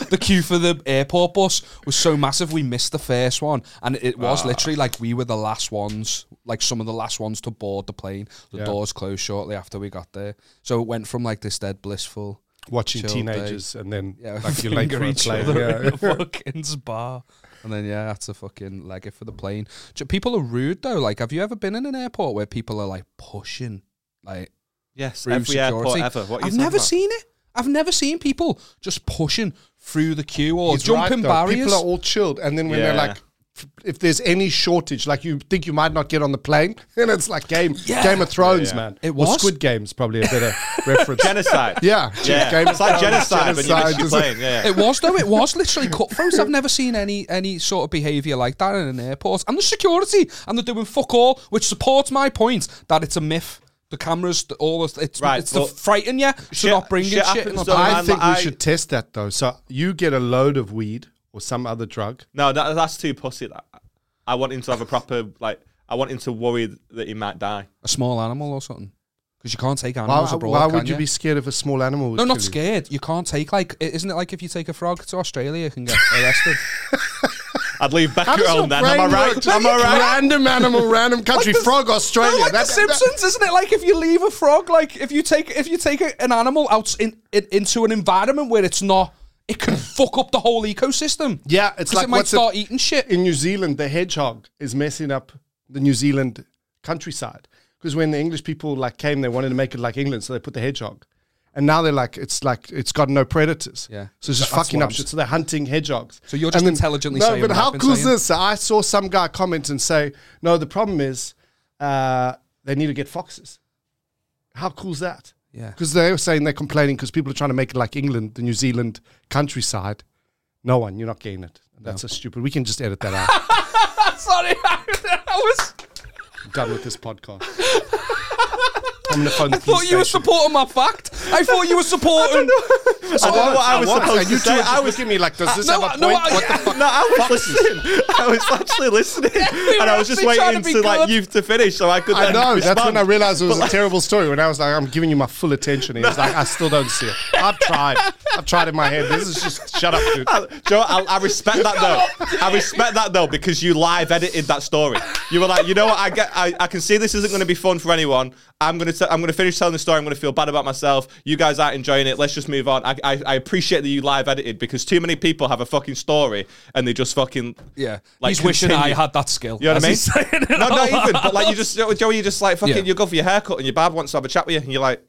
S3: the queue for the airport bus was so massive we missed the first one. And it was
S1: Ah.
S3: literally like we were the last ones, like some of the last ones to board the plane. The
S4: Yeah.
S3: doors closed shortly after we got there. So it went from like this dead blissful
S4: watching
S3: Chill
S4: teenagers and then
S3: Yeah,
S4: like you're late
S3: finger
S4: for a
S3: each
S4: play.
S3: other
S4: Yeah.
S3: in the fucking spa. And then yeah, that's a fucking leg it for the plane. Ju- People are rude though. Like, have you ever been in an airport where people are like pushing, like
S1: yes,
S3: through
S1: every
S3: security?
S1: airport ever. What are you
S3: I've
S1: talking
S3: never
S1: about?
S3: seen it. I've never seen people just pushing through the queue or
S4: He's right,
S3: jumping
S4: though.
S3: barriers.
S4: People are all chilled, and then when
S1: Yeah.
S4: they're like f- if there's any shortage, like you think you might not get on the plane, then it's like Game Game of Thrones,
S1: Yeah, yeah.
S4: man.
S3: It
S4: Or
S3: was?
S4: Squid Game's probably a better reference.
S1: Genocide.
S4: Yeah,
S1: Yeah.
S4: Game of
S1: it's like
S4: Thrones,
S1: genocide, when you're actually
S4: just-
S1: playing. Yeah.
S3: It was though. It was literally cutthroats. I've never seen any any sort of behaviour like that in an airport. And the security, and they're doing fuck all, which supports my point that it's a myth. The cameras, the, all this, it's
S1: Right,
S3: it's to
S1: well,
S3: frighten you to
S1: shit-
S3: not bringing
S1: shit
S3: shit.
S1: happens
S3: in the
S1: though,
S3: bag.
S4: I
S1: man,
S4: think we
S1: like, I-
S4: should test that though. So you get a load of weed or some other drug.
S1: No, that, that's too pussy. That I want him to have a proper like. I want him to worry that he might die.
S3: a small animal or something, because you can't take
S4: Why,
S3: animals abroad.
S4: why
S3: can
S4: would you be scared if a small animal? Was
S3: No,
S4: killing
S3: not
S4: you?
S3: scared. You can't take like, i- isn't it like if you take a frog to Australia, you can get arrested?
S1: I'd leave back
S4: How
S1: at
S4: does your
S1: home then.
S4: brain
S1: Am I
S4: work?
S1: right? Am I right?
S4: Random animal, random country,
S3: the-
S4: frog,
S3: No,
S4: Australia.
S3: like The
S4: That- that-
S3: Simpsons, isn't it? Like if you leave a frog, like if you take if you take a- an animal out in, in into an environment where it's not, it can fuck up the whole ecosystem.
S4: Yeah, it's
S3: 'Cause
S4: like
S3: it might
S4: what's it-
S3: start eating shit.
S4: in New Zealand, the hedgehog is messing up the New Zealand countryside. Because when the English people like came, they wanted to make it like England, so they put the hedgehog. And now they're like, it's like it's got no predators.
S3: Yeah.
S4: So it's just
S3: That's
S4: fucking
S3: what
S4: up
S3: I'm
S4: shit.
S3: s-
S4: So they're hunting hedgehogs.
S3: So you're
S4: And
S3: just intelligently
S4: no,
S3: saying
S4: but
S3: what I've
S4: how
S3: been
S4: cool is
S3: saying.
S4: this? So I saw some guy comment and say, no, the problem is uh, they need to get foxes. How cool is that?
S3: Yeah.
S4: Because they were saying they're complaining because people are trying to make it like England, the New Zealand countryside. No one, you're not getting it. That's so stupid. We can just edit that out.
S3: Sorry, I, was.
S4: done with this podcast. I'm gonna phone the
S3: I thought you were supporting my fact. I thought you were supporting.
S1: I don't know what I was supposed
S4: and you
S1: to
S4: two
S1: say.
S4: are
S1: I
S4: just
S1: was
S4: looking at me like, does this
S3: No,
S4: have a
S3: no,
S4: point?
S3: I-
S4: what the fuck?
S1: No, I was listening. I was actually listening,
S3: we
S1: and
S3: were
S1: I was just
S3: actually trying
S1: waiting
S3: to
S1: to
S3: be
S1: like
S3: good.
S1: you to finish, so I could.
S4: I
S1: then
S4: know. That's when
S1: respond.
S4: I realized it was a terrible story. When I was like, I'm giving you my full attention. He was like, I still don't see it. I've tried. I've tried in my head. This is just shut up, dude.
S1: I, Joe, I, I respect that though. I respect that though because you live edited that story. You were like, you know what? I get. I, I can see this isn't going to be fun for anyone. I'm gonna. T- I'm gonna finish telling the story. I'm gonna feel bad about myself. You guys aren't enjoying it. Let's just move on. I, I, I appreciate that you live edited because too many people have a fucking story and they just fucking
S3: Yeah,
S1: Like,
S3: he's wishing I
S1: continue.
S3: had that skill.
S1: You know what I mean?
S3: mean?
S1: No, not even. But like you just, Joey, you just like fucking.
S3: Yeah.
S1: You go for your haircut, and your barb wants to have a chat with you, and you're like,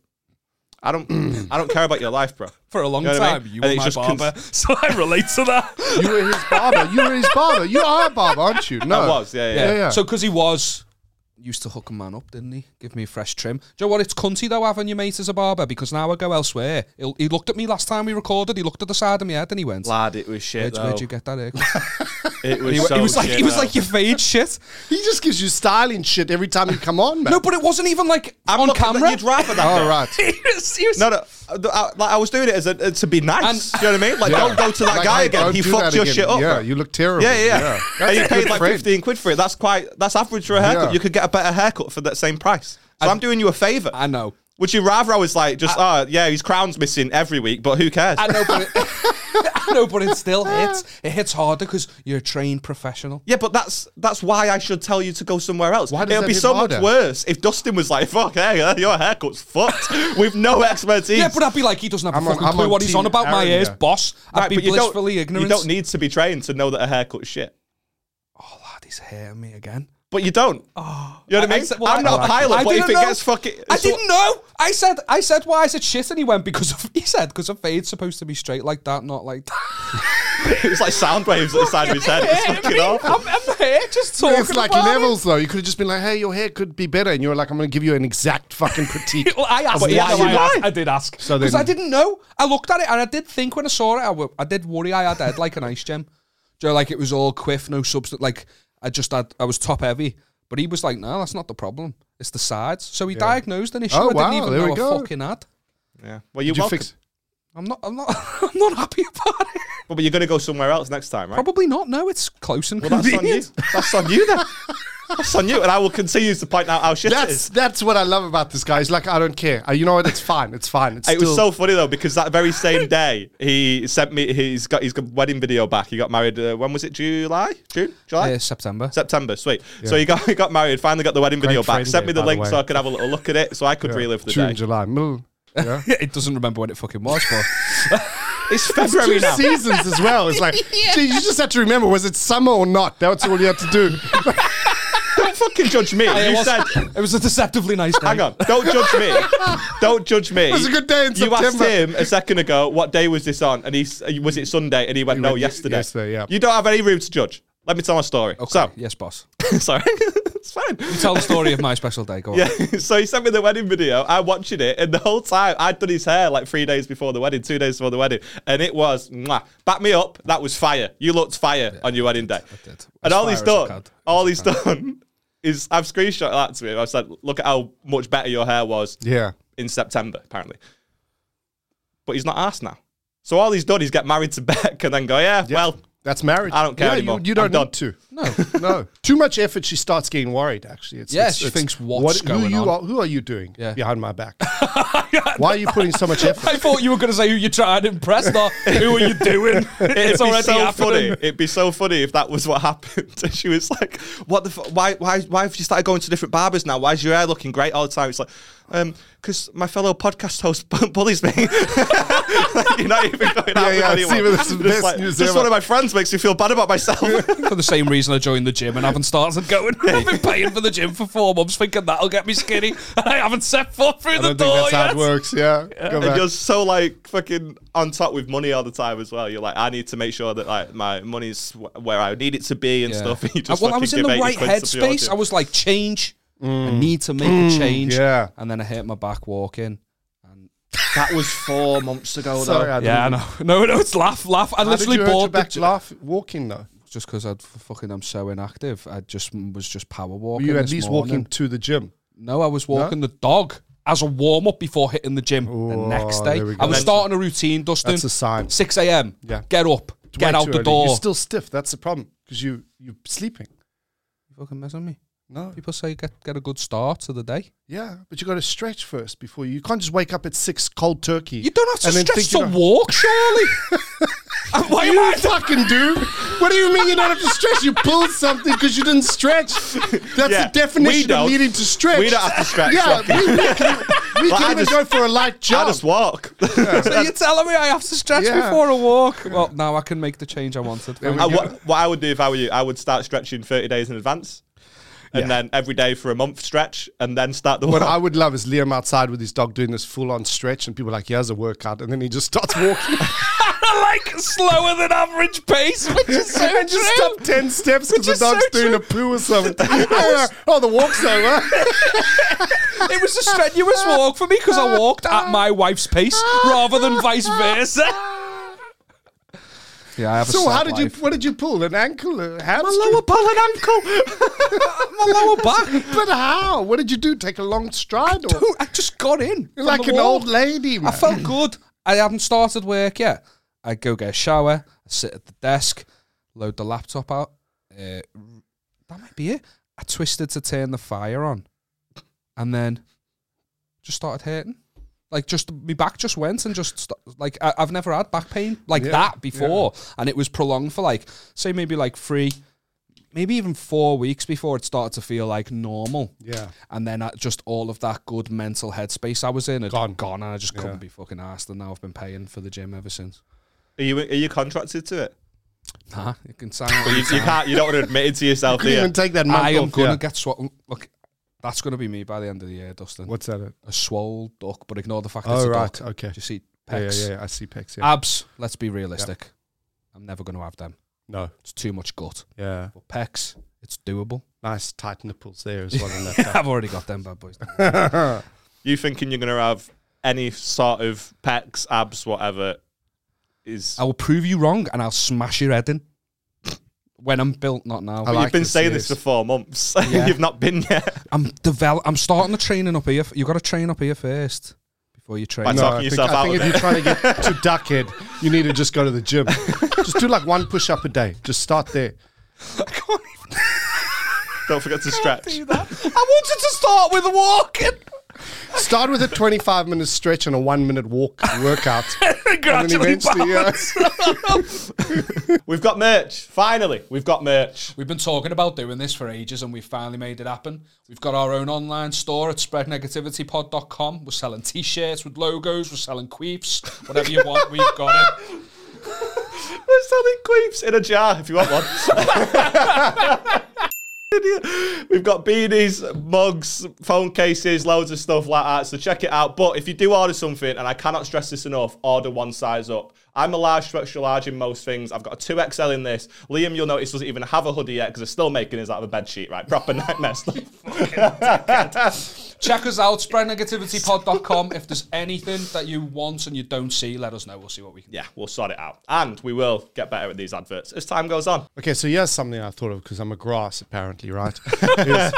S1: I don't, I don't care about your life, bro.
S3: for a long
S1: You know what I
S3: time,
S1: mean?
S3: you
S1: And
S3: were
S1: it's just
S3: my
S1: cons-
S3: barber, so I relate to that.
S4: You were his barber. You were his barber. You are a barber, aren't you? No.
S1: I was, yeah, yeah. yeah.
S3: Yeah.
S4: yeah.
S3: So because he was used to hook a man up, didn't he? Give me a fresh trim. Do you know what? It's cunty though having your mate as a barber because now I go elsewhere. He'll, he looked at me last time we recorded. He looked at the side of my head and he went.
S1: Lad, it was shit.
S3: Where'd,
S1: Though.
S3: where'd you get that? haircut?"
S1: It was.
S3: he, wa-
S1: so
S3: he was like,
S1: shit,
S3: he was
S1: though.
S3: like, you fade shit.
S4: He just gives you styling shit every time you come on, man.
S3: No, but it wasn't even like
S1: I'm
S3: on
S1: looking-
S3: camera.
S1: You'd rather that.
S3: Oh.
S4: All
S1: though.
S4: right.
S3: He was- he was-
S1: No, no. I, like, I was doing it as a, uh, to be nice.
S3: And-
S1: you know what I mean? Like,
S4: Yeah.
S1: don't go to that
S4: Like,
S1: guy
S4: hey,
S1: again.
S4: don't
S1: He
S4: do
S1: fucked
S4: that
S1: your
S4: again.
S1: shit up.
S4: Yeah,
S1: bro.
S4: you look terrible.
S1: Yeah, yeah.
S4: That's
S1: And you
S4: a
S1: paid
S4: good
S1: like
S4: friend.
S1: fifteen quid for it. That's quite. That's average for a haircut.
S4: Yeah.
S1: You could get a better haircut for that same price. So i am doing you a favor.
S3: I know.
S1: Would you rather I was like, just, oh, yeah, his crown's missing every week, but who cares?
S3: I know, but it, I know, but it still hits. It hits harder because you're a trained professional.
S1: Yeah, but that's that's why I should tell you to go somewhere else.
S4: Why does
S1: It'll
S4: that
S1: be
S4: hit
S1: so much
S4: harder?
S1: worse if Dustin was like, "Fuck, hey, uh, your haircut's fucked with no expertise."
S3: Yeah, but I'd be like, he doesn't have
S4: I'm
S3: a
S4: on-
S3: fucking
S4: I'm
S3: clue
S4: on
S3: what he's
S4: team
S3: on about. my
S4: Aaron
S3: ears,
S4: here.
S3: boss. I'd
S1: Right,
S3: be
S1: but you don't-
S3: blissfully ignorant.
S1: You don't need to be trained to know that a haircut's shit.
S3: Oh, lad, he's hurting me again.
S1: But you don't. you know what I mean?
S3: said- well,
S1: I'm not a
S3: Oh, I-
S1: pilot,
S3: I
S1: but if
S3: didn't
S1: it
S3: know.
S1: gets fucking,
S3: I
S1: it's all-
S3: didn't know. I said, I said, why is it shit? And he went because of, he said because a fade's supposed to be straight like that, not like that.
S1: It's like sound waves at the side of his head. It's fucking awful.
S3: I'm, I'm here just talking.
S4: It's like
S3: about it.
S4: levels, though. You could have just been like, "Hey, your hair could be better," and you were like, "I'm going to give you an exact fucking critique."
S3: Well, I asked.
S1: But
S3: yeah,
S1: yeah,
S3: no,
S1: you
S3: I,
S1: lied.
S3: asked- I did ask because
S4: So then-
S3: I didn't know. I looked at it and I did think when I saw it, I, w- I did worry I had head like an ice gem. Joe, like it was all quiff, no substance. Like I just had, I was top heavy. But he was like, no, that's not the problem. It's the sides. So he diagnosed an issue.
S4: Oh,
S3: I
S4: wow,
S3: didn't even
S4: there we
S3: know
S4: go.
S3: I fucking had.
S1: Yeah. Well, you're
S4: Did you
S1: welcome.
S4: fix?
S3: I'm not. I'm not. I'm not happy about it.
S1: Well, but you're going to go somewhere else next time, right?
S3: Probably not. No, it's close and
S1: Well, that's on you.
S3: convenient.
S1: That's on you then. That's on you, and I will continue to point out how shit it is.
S4: That's that's what I love about this guy. He's like, "I don't care. Uh, you know what? It's fine. It's fine. It's
S1: It
S4: still."
S1: was so funny though because that very same day he sent me he's got his wedding video back. He got married. Uh, when was it? July, June, July,
S3: Uh, September.
S1: September. Sweet. So he got he got married. Finally got the wedding video back.
S4: friend
S1: Sent
S4: day,
S1: me the
S4: by the
S1: link
S4: way.
S1: so I could have a little look at it so I could relive the
S4: June,
S1: day.
S4: July, mm. middle. Yeah.
S3: Yeah, it doesn't remember when it fucking was, but
S1: It's February
S4: Two
S1: now.
S4: seasons as well. It's like gee, you just have to remember: was it summer or not? That's all you had to do.
S1: Don't fucking judge me.
S3: it,
S1: You
S3: was,
S1: said.
S3: it was a deceptively nice day.
S1: Hang on! Don't judge me. Don't judge me. It
S4: was a good day in
S1: You asked
S4: September.
S1: him a second ago what day was this on, and he s- was it Sunday, and he went no
S4: went, "Ye-
S1: yesterday.
S4: yesterday, yeah.
S1: You don't have any room to judge. Let me tell my story.
S3: Okay. yes, boss.
S1: So, sorry. it's fine.
S3: Tell the story of my special day. Go on.
S1: Yeah, so he sent me the wedding video. I watched it, and the whole time I'd done his hair like three days before the wedding, two days before the wedding, and it was mwah, back me up. That was fire. You looked fire on your wedding day.
S3: I did.
S1: And
S3: As
S1: all he's
S3: fire as I
S1: done,
S3: could.
S1: all he's done is I've screenshot that to him. I said, "Look at how much better your hair was
S4: Yeah.
S1: in September, apparently." But he's not asked now. So all he's done is get married to Beck and then go, "Yeah, well,
S4: That's marriage.
S1: I don't care
S4: Yeah, you-
S1: anymore.
S4: You, don't
S1: I'm done.
S4: need to.
S3: No.
S4: No. Too much effort. She starts getting worried. Actually, it's,
S3: Yeah,
S4: it's-
S3: she
S4: it's
S3: thinks, "What's
S4: who
S3: going
S4: you
S3: on?"
S4: Are, who are you doing
S3: Yeah.
S4: behind my back? Why are you putting so much effort?
S3: I thought you were going to say who you're trying to impress, not who are you doing.
S1: It'd
S3: It's
S1: be
S3: already
S1: so funny.
S3: happening.
S1: It'd be so funny if that was what happened. And she was like, "What the? F- why? Why? Why have you started going to different barbers now? Why's your hair looking great all the time?" It's like, um, because my fellow podcast host bu- bullies me. like, you're not even going out
S4: Yeah,
S1: with
S4: yeah,
S1: anyone.
S4: see, this is
S1: Just
S4: best news
S1: just
S4: ever.
S1: one of my friends makes me feel bad about myself.
S3: For the same reason I joined the gym and haven't started going. I've been paying for the gym for four months thinking that'll get me skinny, and I haven't set foot through
S4: I
S3: the
S4: don't think
S3: door
S4: that's how
S3: yet.
S4: it works. Yeah. Go
S1: and
S4: back.
S1: you're so like fucking on top with money all the time as well. You're like, I need to make sure that like my money's wh- where I need it to be and
S3: Yeah. Uh,
S1: stuff. And you just
S3: well, I
S1: fucking
S3: was in
S1: give
S3: the Mm.
S1: 80
S3: right
S1: quid to
S3: headspace. I
S1: Georgia.
S3: was like, change. I need to make a change.
S4: Mm, yeah.
S3: And then I hurt my back walking.
S1: That was four months ago.
S4: Sorry, I
S3: Yeah, I
S4: didn't-
S3: know. No, no, it's laugh, laugh. I
S4: How did
S3: literally
S4: you hurt your
S3: bought the
S4: back
S3: gym-
S4: laugh walking though.
S3: just because I'd f- fucking I'm so inactive. I just m- was just power
S4: Were
S3: walking.
S4: you at
S3: this
S4: least
S3: morning.
S4: walking to the gym?
S3: No, I was walking the dog as a warm up before hitting the gym the
S4: Oh,
S3: next day.
S4: there we go.
S3: I was
S4: That's-
S3: starting a routine, Dustin.
S4: That's a sign.
S3: Six a.m.
S4: Yeah.
S3: get up,
S4: It's
S3: get
S4: way
S3: out
S4: too
S3: the
S4: early.
S3: door.
S4: You're still stiff. That's the problem because you you're sleeping.
S3: You fucking mess on me.
S4: No.
S3: People say get get a good start to the day.
S4: Yeah, but you got to stretch first before you. You can't just wake up at six cold turkey.
S3: You don't have to
S4: and then
S3: stretch
S4: think you
S3: to
S4: don't-
S3: walk, surely. And Why am
S4: You
S3: I?
S4: fucking do. What do you mean you don't have to stretch? You pulled something because you didn't stretch. That's
S1: Yeah,
S4: the definition
S1: we don't.
S4: of needing to stretch.
S1: We don't have to stretch,
S4: Yeah,
S1: Rocky.
S4: we, we can, we
S1: Well,
S4: can
S1: I
S4: even
S1: just-
S4: go for a light
S1: I
S4: jog.
S1: just walk.
S3: So you're telling me I have to stretch
S4: Yeah.
S3: before a walk? Well, now I can make the change I wanted.
S4: we
S1: I,
S4: go.
S1: what, what I would do if I were you, I would start stretching 30 days in advance. And then every day for a month stretch, and then start the
S4: What
S1: work.
S4: I would love is Liam outside with his dog doing this full on stretch, and people are like, he has a workout. And then he just starts walking.
S3: I like slower than average pace, which is so
S4: and just
S3: true.
S4: stop 10 steps because
S3: Which
S4: the
S3: is so
S4: dog's doing
S3: true.
S4: a poo or something. oh, the walk's over.
S3: It was a strenuous walk for me because I walked at my wife's pace rather than vice versa. Yeah, I have
S4: so, how did you, what did you pull? An ankle? A hamstring?
S3: lower belly ankle, my lower back.
S4: But how? What did you do? Take a long stride? Or?
S3: Dude, I just got in
S4: You're like
S3: on the
S4: an
S3: wall.
S4: old lady, man.
S3: I felt good. I hadn't started work yet. I go get a shower. I sit at the desk, load the laptop out. Uh, that might be it. I twisted to turn the fire on, and then just started hurting. Like just my back just went and just st- like I, I've never had back pain like
S4: Yeah,
S3: that before, and it was prolonged for like say maybe like three, maybe even four weeks before it started to feel like normal.
S4: Yeah.
S3: And then I, just all of that good mental headspace I was in had
S4: Gone.
S3: gone, and I just
S4: Yeah.
S3: couldn't be fucking asked. And now I've been paying for the gym ever since.
S1: Are you are you contracted to it?
S3: Nah, you can sign up.
S1: But you, you can't. You don't want to admit it to yourself, do
S4: Couldn't
S1: you?
S4: even take that month
S3: I am
S4: off,
S3: gonna
S4: yeah.
S3: get swole. Look, that's gonna be me by the end of the year, Dustin.
S4: What's that? At?
S3: A swole duck, but ignore the fact
S4: Oh,
S3: it's a
S4: right.
S3: duck.
S4: Okay.
S3: Do you see
S4: Yeah,
S3: pecs, Ah.
S4: yeah, yeah. I see pecs. Yeah.
S3: abs? Let's be realistic. I'm never gonna have them.
S4: no.
S3: It's too much gut.
S4: Yeah.
S3: But pecs, it's doable.
S4: Nice tight nipples there as well. in that
S3: I've already got them bad boys.
S1: You thinking you're gonna have any sort of pecs, abs, whatever? Is
S3: I will prove you wrong, and I'll smash your head in. When I'm built, not now.
S4: I like
S1: you've been
S4: this,
S1: saying this
S4: yes.
S1: for four months.
S3: Yeah.
S1: you've not been yet.
S3: I'm develop. I'm starting the training up here. You got to train up here first before you train.
S1: Fine.
S4: No,
S1: Talking
S4: I think,
S1: yourself
S4: I
S1: out
S4: think if
S1: of it.
S4: you're trying to get to duckhead, you need to just go to the gym. just do like one push up a day. Just start there.
S1: Don't forget to stretch.
S3: I wanted to start with walking.
S4: Start with a 25 minute stretch and a one minute walk workout. and then
S3: Gradually
S4: eventually, yeah.
S1: We've got merch. Finally, we've got merch.
S3: We've been talking about doing this for ages, and we finally made it happen. We've got our own online store at spreadnegativitypod.com. We're selling t-shirts with logos. We're selling queefs, whatever you want. We've got it.
S1: We're selling queefs in a jar if you want one. We've got beanies, mugs, phone cases, loads of stuff like that. So check it out. But if you do order something, and I cannot stress this enough, order one size up. I'm a large to extra large in most things. I've got a 2XL in this. Liam, you'll notice, doesn't even have a hoodie yet because they're still making his out of a bed sheet, right? Proper nightmare stuff.
S3: Check us out, spreadnegativitypod.com. If there's anything that you want and you don't see, let us know. We'll see what we can
S1: yeah, we'll sort it out. And we will get better at these adverts as time goes on.
S4: Okay, so here's something I thought of because I'm a grass, apparently, right? Is,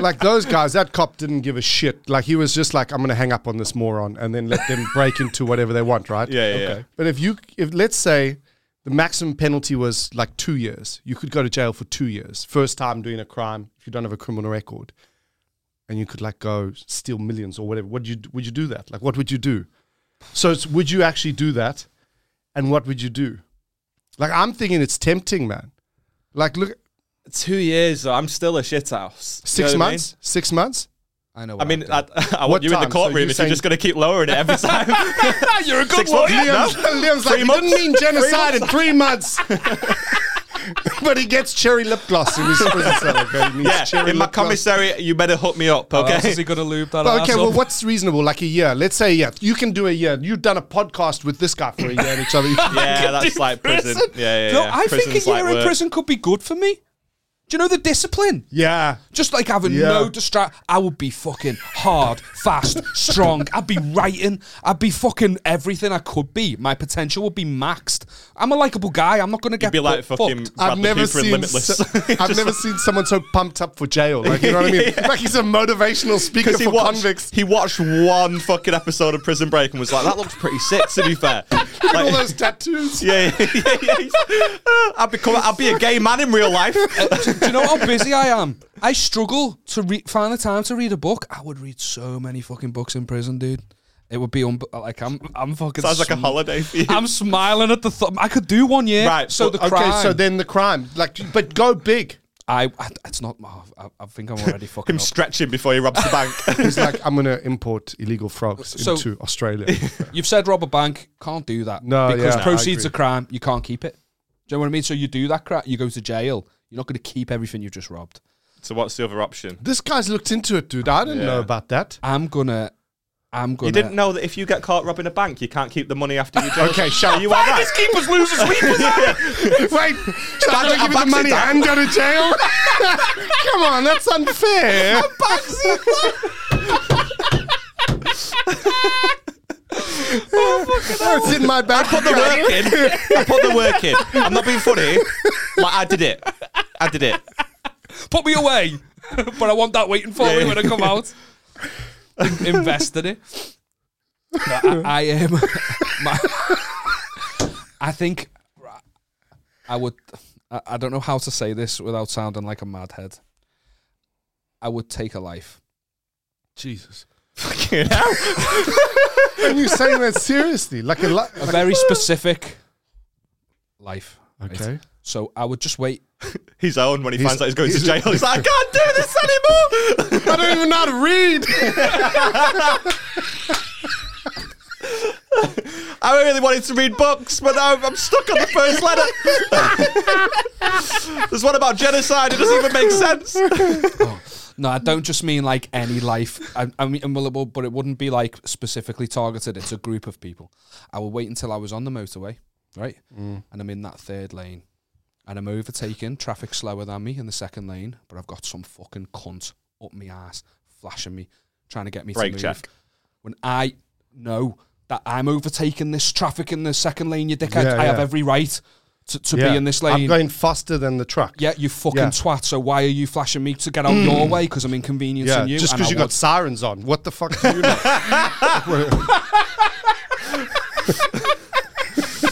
S4: like those guys, that cop didn't give a shit. Like he was just like, I'm going to hang up on this moron and then let them break into whatever they want, right?
S1: Yeah, yeah, yeah.
S4: But if you, if let's say the maximum penalty was like two years, you could go to jail for two years. First time doing a crime, if you don't have a criminal record, and you could like go steal millions or whatever. Would you would you do that? Like, what would you do? So, it's, would you actually do that? And what would you do? Like, I'm thinking it's tempting, man. Like, look,
S1: Two years, I'm still a shit house.
S4: six months, six months.
S3: I know.
S1: I
S3: What
S1: mean,
S3: I'd
S1: I, I want
S4: What
S1: you in the
S4: time? So
S1: courtroom
S4: you're
S1: if
S4: saying-
S1: you're just going to keep lowering it every time.
S4: You're a good
S1: Six months? No.
S4: Liam's, Liam's like,
S1: Three
S4: he
S1: months?
S4: didn't mean genocide in three months. but he gets cherry lip gloss in his prison cell. Okay? He needs
S1: yeah,
S4: cherry
S1: in my
S4: lip gloss.
S1: commissariat, you better hook me up,
S4: Oh,
S3: do. How else
S1: okay?
S3: is he gonna lube that?
S4: But okay,
S3: arse
S4: well,
S3: up?
S4: what's reasonable? Like a year. Let's say, yeah, you can do a year. You've done a podcast with this guy for a year and each other.
S1: yeah, that's like prison. Yeah, yeah,
S3: No,
S1: yeah.
S3: I think
S1: Prison's
S3: a year
S1: like
S3: in
S1: work.
S3: prison could be good for me. Do you know the discipline?
S4: yeah.
S3: Just like having
S4: Yeah.
S3: no distract, I would be fucking hard, fast, strong. I'd be writing. I'd be fucking everything I could be. My potential would be maxed. I'm a likable guy. I'm not gonna get
S1: Be like
S3: fu-
S1: fucking
S3: fucked.
S1: Bradley
S4: I've never
S1: Cooper in
S4: seen
S1: Limitless.
S4: so- I've never seen someone so pumped up for jail. Like you know what I mean? Like he's a motivational speaker
S1: because he
S4: for
S1: watched
S4: convicts.
S1: he watched one fucking episode of Prison Break and was like, "That looks pretty sick." To be fair,
S4: Look at all
S1: Like-
S4: those tattoos.
S1: yeah, yeah, yeah, yeah. He's- uh, I'd become, I'd be a gay man in real life.
S3: do, do you know how busy I am? I struggle to re- find the time to read a book. I would read so many fucking books in prison, dude. It would be un- like I'm. I'm fucking.
S1: Sounds like a
S3: sm-
S1: holiday for you.
S3: I'm smiling at the thought. I could do one, yeah.
S1: Right,
S3: So
S1: but-
S3: the crime.
S4: Okay, so then the crime, like, but go big.
S3: I, I. It's not. oh, I, I think I'm already fucking.
S1: Him
S3: up.
S1: stretching before he robs the bank.
S4: He's like, I'm gonna import illegal frogs
S3: So-
S4: into Australia.
S3: You've said rob a bank, can't do that.
S4: No,
S3: because
S4: yeah, I
S3: proceeds
S4: agree.
S3: of crime, you can't keep it. Do you know what I mean? So you do that crap, you go to jail. You're not going to keep everything you've just robbed.
S1: so what's the other option?
S4: this guy's looked into it, dude. I didn't know about that.
S3: I'm gonna, I'm gonna.
S1: You didn't know that if you get caught robbing a bank, you can't keep the money after you jail.
S4: Okay, shut
S1: you are right.
S2: Keepers lose his sleepers.
S4: Wait, should I
S1: I'll
S4: give you
S1: box
S4: the
S1: it
S4: money
S1: down.
S4: and go to jail? Come on, that's unfair. Oh, it's in my back.
S1: the work in. I put the work in. I'm not being funny. Like I did it. I did it.
S3: put me away, but I want that waiting for me when I come out. In- Invest in it. No, I, I am. my- I think I would. I, I don't know how to say this without sounding like a madhead. I would take a life.
S4: Jesus.
S1: Fucking hell.
S4: Are you saying that seriously? Like a li-
S3: a very specific life. right?
S4: Okay.
S3: So I would just wait.
S1: He's owned when he finds out he's going to
S4: he's-
S1: jail. He's like, I can't do this anymore.
S4: I don't even know how to read.
S1: I really wanted to read books, but now I'm stuck on the first letter. There's one about genocide. It doesn't even make sense.
S3: Oh. No, I don't just mean like any life. I, I mean, well, it would- but it wouldn't be like specifically targeted. It's a group of people. I would wait until I was on the motorway, right?
S4: Mm.
S3: And I'm in that third lane. And I'm overtaken, traffic slower than me in the second lane, but I've got some fucking cunt up my ass, flashing me, trying to get me
S1: Brake
S3: to move.
S1: check.
S3: When I know that I'm overtaking this traffic in the second lane, you dickhead,
S4: Yeah,
S3: I have
S4: yeah.
S3: every right to, to be in this lane.
S4: I'm going faster than the truck.
S3: Yeah, you fucking
S4: Yeah. Mm.
S3: twat. So why are you flashing me to get out your way? Because I'm inconveniencing
S4: Yeah,
S3: you.
S4: just
S3: and I
S4: because you got
S3: want-
S4: sirens on. What the fuck do you know?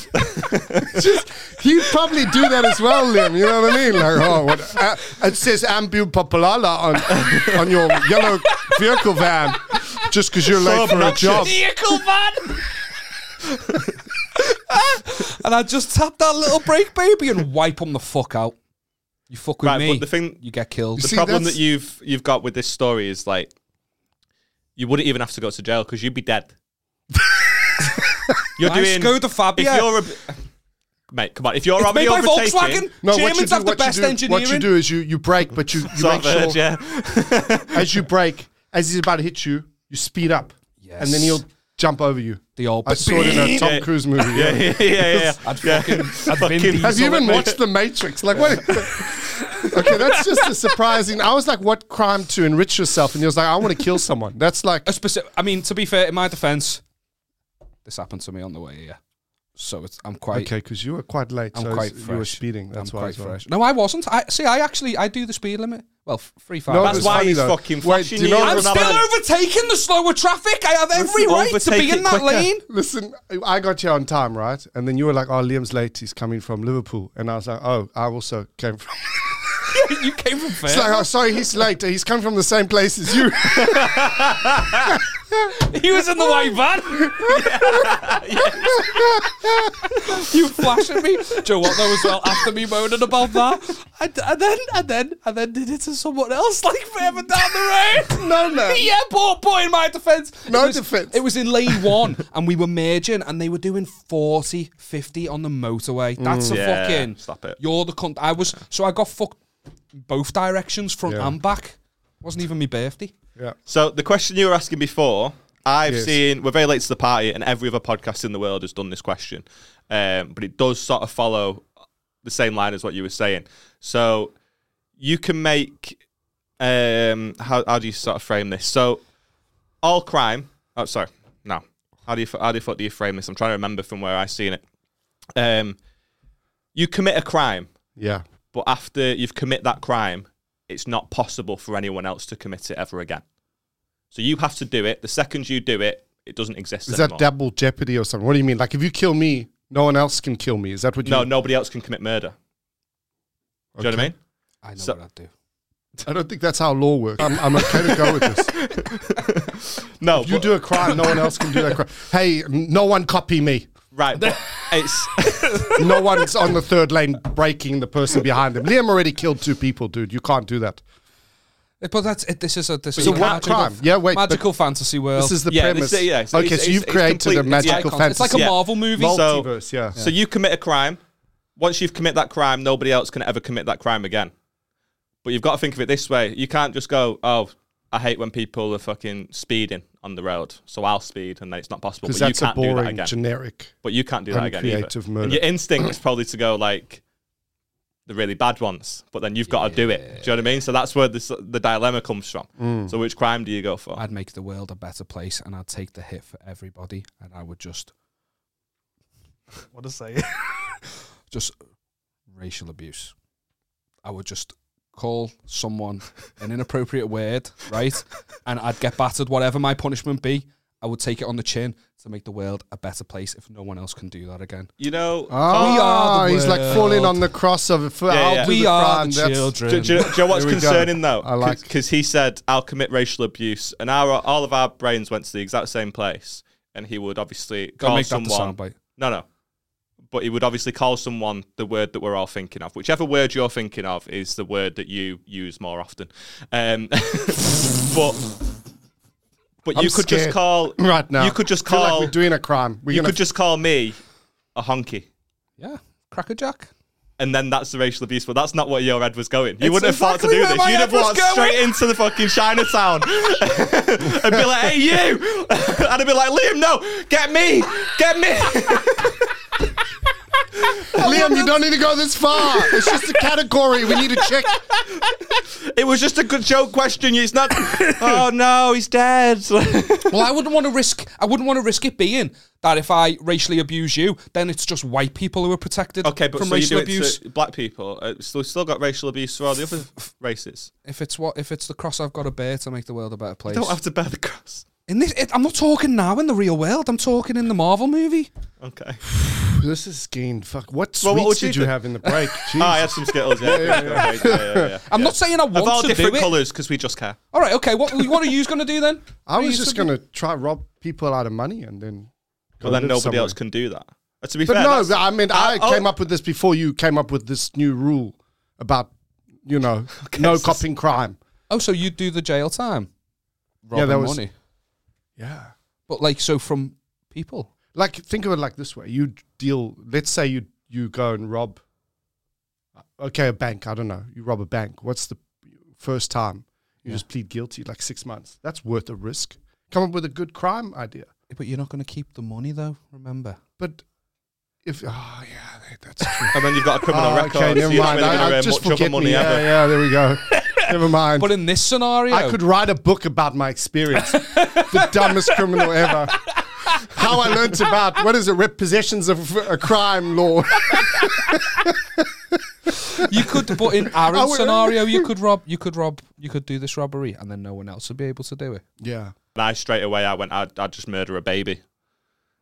S4: just, he'd probably do that as well, Liam. You know what I mean? Like, oh, what, uh, it says Ambu Papalala on, on your yellow vehicle van just because you're late for a
S1: obnoxious.
S4: job.
S2: Vehicle van.
S3: and I just tap that little brake, baby, and wipe them the fuck out. You fuck with
S1: Right,
S3: me,
S1: but the thing-
S3: you get killed.
S1: the
S4: see,
S1: problem that
S4: that's-
S1: you've you've got with this story is like you wouldn't even have to go to jail because you'd be dead. you're
S3: Nice
S1: doing
S3: go to Fabia.
S1: If you're a, Mate, come on. If you're
S3: It's
S1: having
S3: made
S1: the
S3: by
S1: overtaking,
S3: Volkswagen. Germans have the
S4: what you
S3: best
S4: do-
S3: engineering.
S4: What you do is you you brake, but you, you make sure
S1: Savage, yeah.
S4: as you brake, as he's about to hit you, you speed up, and then
S3: Yes.
S4: he'll jump over you.
S3: The old
S4: I saw it in a Tom
S1: Yeah.
S4: Cruise movie.
S1: Yeah,
S4: yeah.
S1: yeah, yeah. yeah.
S3: I'd fucking, I'd Vin
S1: Fucking-
S4: Have you
S3: Diesel it,
S4: even
S3: mate.
S4: watched The Matrix? Like what? okay, that's just a surprising. I was like, what crime to enrich yourself? And he was like, I want to kill someone. That's like
S3: a specific? I mean, to be fair, in my defence, this happened to me on the way here, so it's I'm quite.
S4: okay, because you were quite late.
S3: I'm
S4: so
S3: quite
S4: you were
S3: fresh.
S4: speeding. That's
S3: I'm
S4: why.
S3: quite
S4: as well.
S3: fresh. No, I wasn't. I see. I actually I do the speed limit. Well, f- three five.
S4: No,
S1: That's
S4: It's
S1: why
S4: funny
S1: he's
S4: though.
S1: fucking
S4: Wait,
S1: flashing
S4: do you
S1: you.
S4: know
S1: I'm
S4: what
S1: still
S3: still overtaking the slower traffic. I have every
S1: Listen,
S3: right to
S1: overtake
S3: be
S1: it
S3: in that
S1: quicker.
S3: lane.
S4: Listen, I got you on time, right? And then you were like, "Oh, Liam's late. He's coming from Liverpool." And I was like, "Oh, I also came from."
S3: you came from
S4: It's like,
S3: fair.
S4: "Oh, sorry, he's late. He's coming from the same place as you."
S3: he was in the white van. you flash at me. Do you know what though as well? After me moaning about that, and, and then and then and then did it to someone else like further down the road.
S4: no, no.
S3: Yeah, but, but in my defence. it
S4: No
S3: was-
S4: defence.
S3: It was in lane one and we were merging and they were doing 40, 50 on the motorway.
S4: Mm.
S3: That's a
S1: Yeah,
S3: fucking.
S1: stop it.
S3: You're the cunt. I was. So I got fucked both directions, front
S4: Yeah.
S3: and back. Wasn't even my birthday.
S4: Yeah.
S1: So the question you were asking before, I've
S4: Yes.
S1: seen we're very late to the party, and every other podcast in the world has done this question, um, but it does sort of follow the same line as what you were saying. So you can make um, how how do you sort of frame this? So all crime. Oh, sorry, no. How do you how the fuck do you frame this? I'm trying to remember from where I seen it. Um, you commit a crime,
S4: Yeah.
S1: but after you've commit that crime, it's not possible for anyone else to commit it ever again. So you have to do it. The second you do it, it doesn't exist
S4: Is that
S1: anymore.
S4: double jeopardy or something? What do you mean? Like, if you kill me, no one else can kill me. Is that what you
S1: no, nobody else can commit murder. Do you know what I mean?
S3: I know
S1: So-
S3: what I'd do.
S4: I don't think that's how law works. I'm, I'm okay to go with this.
S1: No,
S4: You
S1: but-
S4: do a crime, no one else can do that crime. Hey, n- no one copy me.
S1: right. But it's
S4: No one's on the third lane breaking the person behind them. Liam already killed two people, dude. You can't do that.
S3: Eh, But that's it. This is a this is
S4: So
S3: a
S4: what
S3: magical,
S4: crime? Yeah, wait, but-
S3: magical fantasy world.
S4: This is the
S1: yeah,
S4: premise.
S1: this, yeah. it's-
S4: okay,
S1: it's-
S4: so
S1: it's-
S4: you've
S1: it's
S4: created
S1: complete-
S4: a
S1: it's
S4: magical
S3: icon. It's
S4: fantasy.
S3: like a
S1: Yeah.
S3: Marvel movie.
S1: Multi- So-
S4: Multiverse, yeah.
S1: So you commit a crime. Once you've commit that crime, nobody else can ever commit that crime again. But you've got to think of it this way: you can't just go, "Oh, I hate when people are fucking speeding on the road, so I'll speed," and then it's not possible. But
S4: Because
S1: you
S4: that's a
S1: can't do that
S4: boring,
S1: again.
S4: generic.
S1: But you can't do that again either.
S4: Uncreative murder.
S1: And your instinct is probably to go like the really bad ones, but then you've got to do it. Do you know what I mean? So that's where this, the dilemma comes from.
S4: Mm.
S1: So which crime do you go for?
S3: I'd make the world a better place, and I'd take the hit for everybody, and I would just
S2: What to say?
S3: just racial abuse. I would just call someone an inappropriate word, right? And I'd get battered, whatever my punishment be. I would take it on the chin to make the world a better place if no one else can do that again.
S1: You know,
S4: Ah,
S3: We are the
S4: he's like falling
S3: world.
S4: on the cross of. For,
S1: Yeah,
S4: I'll
S1: yeah.
S4: do
S3: We
S4: the
S3: are
S4: crime.
S3: the
S4: That's-
S3: children.
S1: do, do you know, do you know what's
S4: There we go.
S1: concerning though?
S4: I like-
S1: because he said I'll commit racial abuse, and our all of our brains went to the exact same place, and he would obviously
S3: Go
S1: call
S3: make that the
S1: someone.
S3: soundbite.
S1: No, no. But he would obviously call someone the word that we're all thinking of. Whichever word you're thinking of is the word that you use more often. Um, but but
S4: I'm
S1: you could just
S4: scared
S1: call
S4: Right now.
S1: You could just
S4: I feel like
S1: call.
S4: we're doing a crime. We're
S1: you
S4: gonna
S1: could just call me a honky,
S3: Yeah, crackerjack.
S1: and then that's the racial abuse. But that's not what your head was going. You
S3: It's
S1: wouldn't have thought to
S3: exactly
S1: do
S3: where
S1: this.
S3: my
S1: You'd have
S3: head was
S1: walked
S3: going.
S1: straight into the fucking Chinatown and be like, "Hey, you!" and I'd be like, "Liam, no, get me, get me."
S4: Liam, you don't need to go this far. It's just a category. We need to check.
S1: It was just a good joke question. It's not. oh no, he's dead.
S3: Well, I wouldn't want to risk. I wouldn't want to risk it being that if I racially abuse you, then it's just white people who are protected
S1: okay, but
S3: from
S1: so you
S3: racial
S1: do
S3: abuse.
S1: it to black people. Uh, so we've still got racial abuse for all the other races.
S3: if it's what if it's the cross I've got to bear to make the world a better place.
S1: Don't have to bear the cross.
S3: in this, it, I'm not talking now in the real world. I'm talking in the Marvel movie.
S1: Okay.
S4: This is getting fuck. What sweets
S1: Well, what would
S4: did
S1: you
S4: you
S1: do?
S4: have in the break?
S1: Oh,
S4: Jeez.
S1: I had some Skittles. Yeah, yeah, yeah, yeah, yeah, yeah.
S3: I'm not saying I
S1: Of all
S3: want to do
S1: different
S3: it.
S1: colours because we just care.
S3: All right, okay. What what are you going to do then?
S4: I was just gonna try rob people out of money and then. go
S1: Well, then
S4: live
S1: nobody
S4: somewhere.
S1: else can do that. Uh, to be
S4: But
S1: fair,
S4: no,
S1: that's-
S4: I mean,
S1: I-
S4: I,
S1: oh.
S4: came up with this before you came up with this new rule about, you know, no
S1: so-
S4: copying crime.
S3: Oh, so you do the jail time? Robbing
S4: that was-
S3: money.
S4: Yeah.
S3: But like, so from people.
S4: Like, think of it like this way: you deal. Let's say you you go and rob, uh, okay, a bank. I don't know. You rob a bank. What's the first time you just plead guilty? Like six months. That's worth a risk. Come up with a good crime idea.
S3: But you're not going to keep the money though. Remember,
S4: But if oh yeah, that's true.
S1: And then you've got a criminal
S4: Oh,
S1: record.
S4: Okay,
S1: so
S4: never
S1: you're
S4: mind.
S1: Not really
S4: I,
S1: gonna, um,
S4: I
S1: earn
S4: just
S1: much other
S4: forget
S1: money
S4: me.
S1: ever.
S4: Yeah, yeah, there we go. never mind.
S3: but in this scenario,
S4: I could write a book about my experience, the dumbest criminal ever. How I learnt about what is it, rep possessions of a crime law.
S3: you could. But in Aaron's
S4: would-
S3: scenario, you could rob. You could rob. You could do this robbery, and then no one else would be able to do it.
S4: Yeah.
S1: And I straight away, I went, I'd, I'd just murder a baby.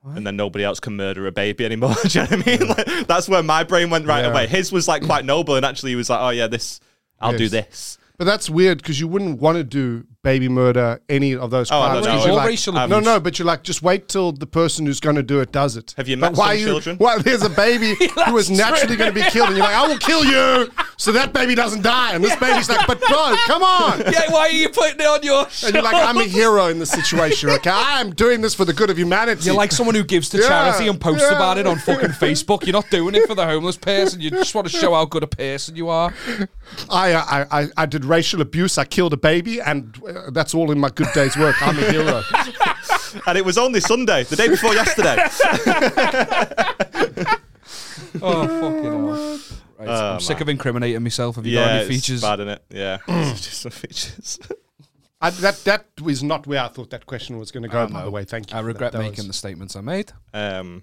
S1: And then nobody else can murder a baby anymore. Do you know what I mean? Like, that's where my brain went right
S4: Yeah.
S1: away. His was like quite noble, and actually he was like, oh yeah, this, I'll do
S4: Yes.
S1: this.
S4: But that's weird because you wouldn't want to do baby murder, any of those
S1: Oh, I
S4: crimes.
S1: don't know. um,
S4: 'cause you're
S3: Or
S4: like-
S3: racial
S4: no,
S1: abuse.
S4: no, but you're like, just wait till the person who's going to do it does it.
S1: Have you
S4: But
S1: met
S4: why
S1: some
S4: you-
S1: children?
S4: Why there's a baby who is naturally going to be killed, and you're like, I will kill you so that baby doesn't die. And this baby's like, but bro, come on.
S3: yeah, why are you putting it on your?
S4: And you're like, I'm a hero in this situation, okay? I'm doing this for the good of humanity.
S3: You're like someone who gives to
S4: Yeah,
S3: charity and posts
S4: yeah.
S3: about it on fucking Facebook. You're not doing it for the homeless person. You just want to show how good a person you are.
S4: I, I, I, I did racial abuse. I killed a baby, and uh, that's all in my good day's work. I'm a hero.
S1: And it was only Sunday, the day before yesterday.
S3: Oh fucking hell! Right, I'm sick of incriminating myself. Have you got
S1: Oh, yeah,
S3: any features?
S1: it's bad in it. Yeah, It's just some features.
S4: I, that that was not where I thought that question was going to go. By
S1: Uh-huh.
S4: the way, thank you.
S3: I
S4: for
S3: regret
S4: that. That
S3: making the
S4: was-
S3: statements I made.
S1: Um,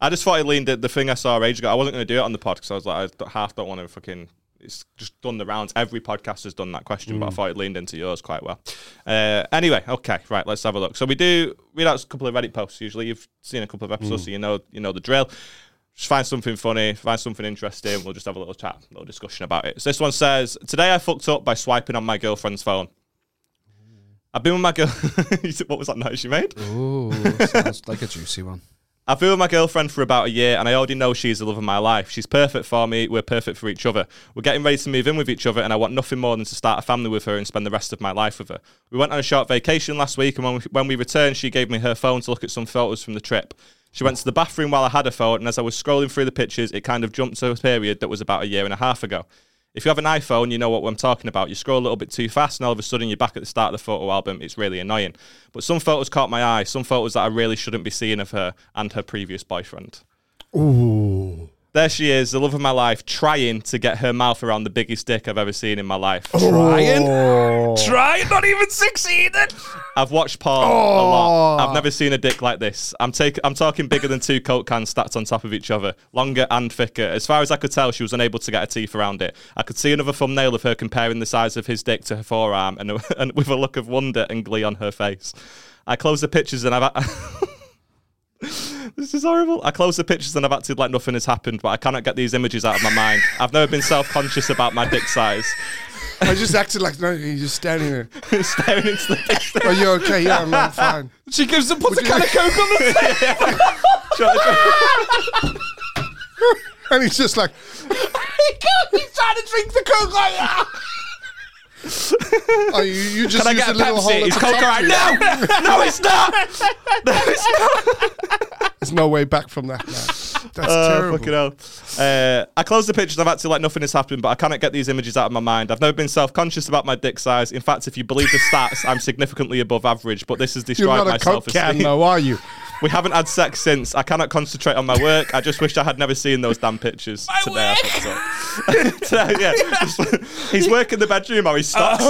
S1: I just thought I leaned at the thing I saw age ago. I wasn't going to do it on the pod because I was like, I d- half don't want to fucking. It's just done the rounds. Every podcast has done that question, but I thought it leaned into yours quite well. Uh, anyway, okay, right, let's have a look. So we do read out a couple of Reddit posts. Usually, you've seen a couple of episodes, so you know you know the drill. Just find something funny, find something interesting. We'll just have a little chat, little discussion about it. So this one says, "Today I fucked up by swiping on my girlfriend's phone. I've been with my girl. what was that noise you made?
S3: Oh, sounds like a juicy one.
S1: I've been with my girlfriend for about a year and I already know she's the love of my life. She's perfect for me. We're perfect for each other. We're getting ready to move in with each other and I want nothing more than to start a family with her and spend the rest of my life with her. We went on a short vacation last week and when we, when we returned, she gave me her phone to look at some photos from the trip. She went to the bathroom while I had her phone and as I was scrolling through the pictures, it kind of jumped to a period that was about a year and a half ago. If you have an iPhone, you know what I'm talking about. You scroll a little bit too fast, and all of a sudden you're back at the start of the photo album. It's really annoying. But some photos caught my eye, some photos that I really shouldn't be seeing of her and her previous boyfriend.
S4: Ooh.
S1: There she is, the love of my life, trying to get her mouth around the biggest dick I've ever seen in my life.
S4: Oh.
S3: Try not even succeeded.
S1: I've watched porn a lot. I've never seen a dick like this. I'm take, I'm talking bigger than two Coke cans stacked on top of each other, longer and thicker. As far as I could tell, she was unable to get her teeth around it. I could see another thumbnail of her comparing the size of his dick to her forearm, and, and with a look of wonder and glee on her face. I closed the pictures and I've. This is horrible. I close the pictures and I've acted like nothing has happened, but I cannot get these images out of my mind. I've never been self conscious about my dick size.
S4: I just acted like no. You're just standing there.
S1: Staring into the picture.
S4: Are you okay? Yeah, I'm, I'm fine.
S3: She gives him puts a can of coke on the
S4: And he's just like,
S3: He's trying to drink the coke like that.
S4: oh, you, you just
S1: Can I
S4: use
S1: get a
S4: a little hole.
S1: Pepsi?
S4: at
S1: Is
S4: the
S1: Coke
S4: top.
S1: alright? No, no, it's not. No, it's not.
S4: There's no way back from that. Man. That's
S1: Uh,
S4: terrible.
S1: fucking hell. Uh, I closed the pictures. I've acted like nothing has happened, but I cannot get these images out of my mind. I've never been self-conscious about my dick size. In fact, if you believe the stats, I'm significantly above average. But this has
S4: You're
S1: destroyed
S4: not
S1: my
S4: a coke can,
S1: self-esteem.
S4: though, are you?
S1: We haven't had sex since. I cannot concentrate on my work. I just wish I had never seen those damn pictures. Today, I fucked up. Today, yeah, just- he's working the bedroom or he stops.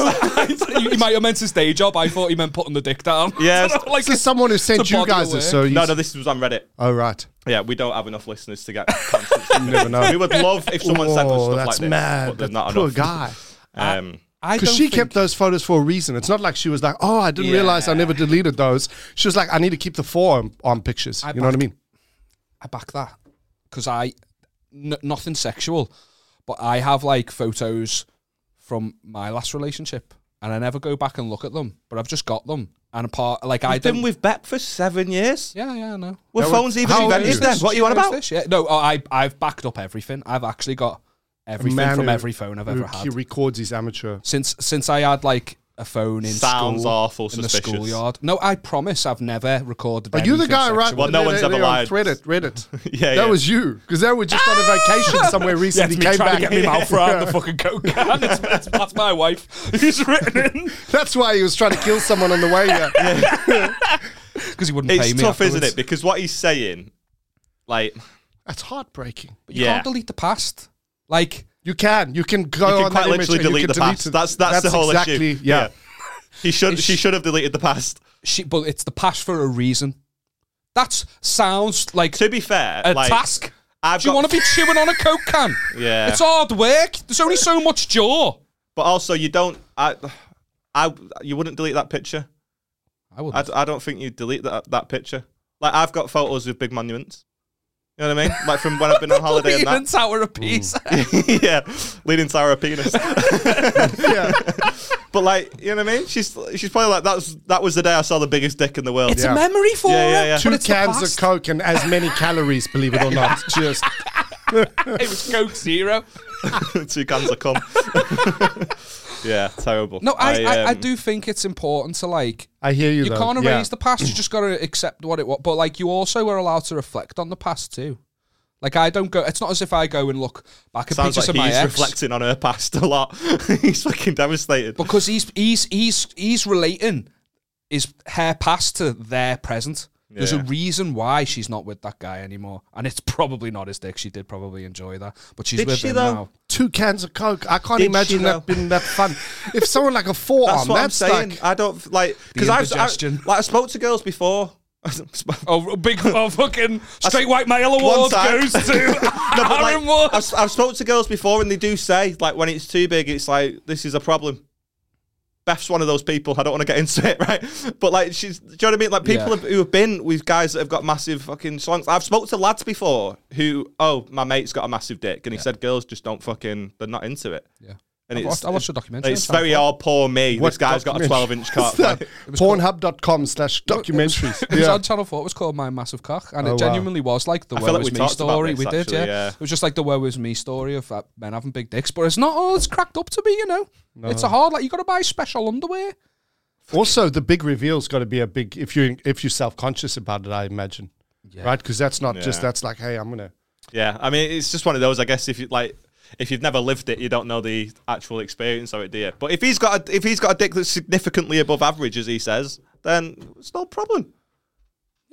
S3: he might have meant his day job. I thought he meant putting the dick down.
S1: Yes.
S3: like
S4: This is someone who sent
S3: a
S4: you
S3: body of
S4: guys this.
S3: work.
S4: So you,
S1: no, no, this was on Reddit.
S4: oh right,
S1: Yeah, we don't have enough listeners to get. constant-
S4: you never know.
S1: we would love if someone sent us
S4: oh,
S1: stuff like
S4: that's
S1: this,
S4: mad.
S1: but there's not
S4: That's poor
S1: enough.
S4: guy.
S1: Um,
S3: I
S4: Because
S3: don't
S4: she
S3: think-
S4: kept those photos for a reason. It's not like she was like, oh, I didn't realize I never deleted those. She was like, I need to keep the forearm arm pictures. you know what I mean?
S3: I back that because I n- nothing sexual, but I have like photos from my last relationship, and I never go back and look at them. But I've just got them, and apart like I
S1: I've been
S3: don't.
S1: with Beck for seven years.
S3: yeah, yeah, I know.
S1: Were
S4: That
S1: phones
S4: would-
S1: even
S4: How old
S1: invented
S4: is
S1: then?
S4: this?
S1: What are you on
S3: Who's
S1: about?
S3: This? Yeah, no, oh, I I've backed up everything. I've actually got everything
S4: man
S3: from
S4: who-
S3: every phone I've ever
S4: He
S3: had
S4: records his amateur.
S3: since since I had like a phone in
S1: Sounds
S3: school,
S1: awful
S3: in the
S1: suspicious.
S3: schoolyard. No, I promise I've never recorded.
S4: Are you the
S3: anything
S4: guy, right?
S3: sexual.
S1: Well, no
S4: They-
S1: one's
S4: they-
S1: ever
S4: they on
S1: lied.
S4: Reddit, Reddit.
S1: Yeah,
S4: That
S1: yeah.
S4: was you, because they were just on a vacation somewhere
S3: Yeah, it's
S4: recently.
S3: me
S4: came
S3: trying
S4: back.
S3: to get me mouth around the fucking coke can. It's, it's, that's my wife. Who's written in
S4: That's why he was trying to kill someone on the way here.
S3: because he wouldn't pay
S1: It's
S3: me.
S1: tough, isn't
S3: afterwards.
S1: it? Because what he's saying, like,
S4: That's heartbreaking.
S3: But you
S1: Yeah.
S3: can't delete the past. Like
S4: You can, you can go
S1: you
S4: on
S1: can quite
S4: that image
S1: literally
S4: Oh, and you
S1: delete
S4: can
S1: the past.
S4: it.
S1: that's, that's the whole
S4: exactly,
S1: issue.
S4: Yeah.
S1: He should.
S3: It's-
S1: She should have deleted the past.
S3: she, but it's the past for a reason. That sounds like
S1: To be fair,
S3: a
S1: like,
S3: task.
S1: I've
S3: Do you
S1: got-
S3: want to be chewing on a coke can?
S1: Yeah.
S3: it's hard work. There's only so much jaw.
S1: But also, you don't. I, I, you wouldn't delete that picture.
S3: I would.
S1: I, d- I don't think you'd delete that that picture. Like I've got photos with big monuments. You know what I mean? Like from when I've been on holiday and that.
S3: Tower of Pisa.
S1: yeah, leading Sarah penis.
S4: yeah.
S1: But like, you know what I mean? She's she's probably like that's that was the day I saw the biggest dick in the world.
S3: It's
S4: Yeah.
S3: a memory for
S1: Yeah, yeah,
S3: her,
S1: yeah.
S3: but
S4: Two
S3: it's the
S4: cans of
S3: past.
S4: Coke and as many calories, believe it or not. Just
S3: It was Coke Zero.
S1: Two cans of cum. yeah, terrible.
S3: No, I, I, I,
S1: um,
S3: do think it's important to like
S4: I hear you.
S3: you
S4: though.
S3: can't erase
S4: Yeah.
S3: the past. You just got to accept what it was. But like, you also are allowed to reflect on the past too. Like, I don't go. It's not as if I go and look back at
S1: Sounds
S3: pictures
S1: like
S3: of my
S1: he's
S3: ex
S1: reflecting on her past a lot. he's fucking devastated.
S3: because he's he's he's he's relating his her past to their present. There's a
S1: Yeah.
S3: reason why she's not with that guy anymore, and it's probably not his dick. She did probably enjoy that, but she's
S1: Did
S3: with
S1: she,
S3: him
S1: though?
S3: now.
S4: Two cans of Coke. I can't
S1: Did
S4: imagine
S1: she,
S4: that
S1: though?
S4: being that fun. If someone like a forearm,
S1: That's
S4: that's,
S1: what I'm saying. Uh,
S4: like
S1: I don't like because
S3: The
S1: I've I,
S3: indigestion.
S1: like I spoke to girls before.
S3: Oh, big oh, fucking straight white male
S1: One
S3: award
S1: time.
S3: goes to
S1: No, but, like,
S3: Aaron Ward.
S1: I've, I've spoke to girls before, and they do say like when it's too big, it's like this is a problem. Beth's one of those people. I don't want to get into it, right? But like, she's do you know what I mean? Like people
S3: Yeah.
S1: have, who have been with guys that have got massive fucking slongs. I've spoke to lads before who, oh, my mate's got a massive dick, and he said girls just don't fucking, they're not into it.
S3: Yeah.
S1: And
S3: I
S1: it's
S3: watched, I watched a documentary.
S1: it's
S3: on Sam
S1: very
S3: Ford.
S1: oh poor me.
S4: What
S1: this guy's got a
S4: documentary?
S1: twelve inch cock.
S4: that.
S1: Like,
S4: Pornhub.com slash documentaries.
S3: It was
S4: Yeah.
S3: on Channel Four. It was called My Massive Cock, and
S4: Oh, wow.
S3: it genuinely was like the
S1: I
S3: "Where
S1: feel like we
S3: Was Me"
S1: talked about
S3: story.
S1: this,
S3: we did,
S1: actually,
S3: yeah.
S1: yeah.
S3: It was just like the "Where Was Me" story of uh, men having big dicks, but it's not all it's cracked up to be. You know, it's a hard like you got to buy special underwear.
S4: Also, the big reveal's got to be a big if you if you're self conscious about it. I imagine, Right? 'Cause right? Because that's not just
S1: Yeah.
S4: that's like, hey, I'm gonna.
S1: yeah, I mean, it's just one of those. I guess if you like, if you've never lived it, you don't know the actual experience of it, do you? But if he's got a, if he's got a dick that's significantly above average, as he says, then it's no problem.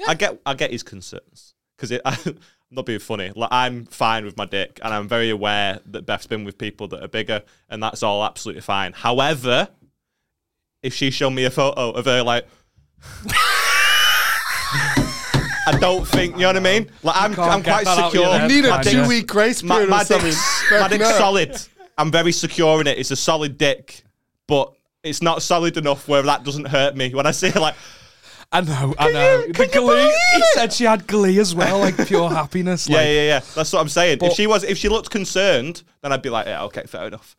S1: I get I get his concerns because I'm not being funny. Like I'm fine with my dick, and I'm very aware that Beth's been with people that are bigger, and that's all absolutely fine. However, if she showed me a photo of her like. I don't think you know what I mean. Like I'm,
S3: can't
S1: I'm
S3: get
S1: quite
S3: that out of your
S1: secure.
S3: head,
S4: Need a
S3: I
S4: two
S3: just-
S4: week grace
S1: My,
S4: period
S1: my
S4: or something.
S1: dick's,
S4: Back
S1: my dick's
S4: now.
S1: solid. I'm very secure in it. It's a solid dick, but it's not solid enough where that doesn't hurt me. When I see like,
S3: I know, I know.
S1: you-
S3: the
S1: can you
S3: glee.
S1: believe
S3: he said she had glee as well, like pure happiness.
S1: yeah,
S3: like,
S1: yeah, yeah. That's what I'm saying. If
S3: But-
S1: she was, if she looked concerned, then I'd be like, yeah, okay, fair enough.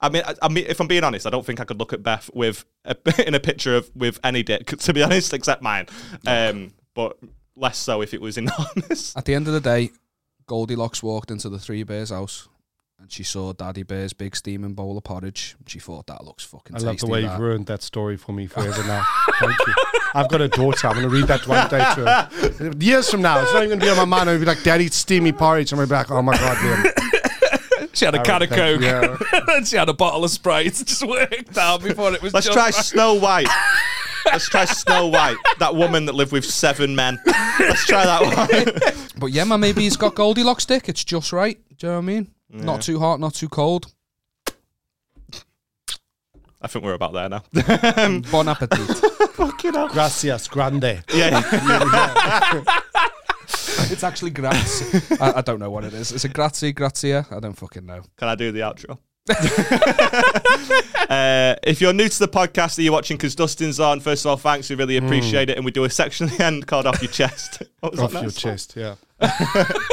S1: I mean, I, I mean, if I'm being honest, I don't think I could look at Beth with a, in a picture of with any dick, to be honest, except mine. Um, but less so if it was enormous.
S3: At the end of the day, Goldilocks walked into the three bears house and she saw Daddy Bear's big steaming bowl of porridge. She thought that looks fucking
S4: I
S3: tasty.
S4: love the way
S3: that."
S4: you've ruined that story for me forever now. Thank you. I've got a daughter. I'm going to read that one day to her. Years from now, it's not even going to be on my mind. I'll be like, Daddy, it's steamy porridge. I'm going to be like, oh my God, Liam.
S3: she had a can of
S4: Thank
S3: coke
S4: you. Yeah.
S3: and she had a bottle of Sprite. It just worked out before it was.
S1: Let's
S3: just
S1: try Snow White. Let's try Snow White. That woman that lived with seven men. Let's try that one.
S3: But yeah, man, maybe he's got Goldilocks dick. It's just right. Do you know what I mean? Not too hot, not too cold.
S1: I think we're about there now.
S3: Bon appetit.
S4: Gracias, grande.
S1: yeah.
S3: it's actually grazie. I, I don't know what it is. Is it grazie, grazia? I don't fucking know.
S1: Can I do the outro? uh, if you're new to the podcast that you're watching because Dustin's on, first of all, thanks. We
S4: Hmm.
S1: really appreciate it. And we do a section at the end called Off Your Chest. What was
S4: Off
S1: that
S4: your
S1: nice?
S4: chest, yeah.
S1: You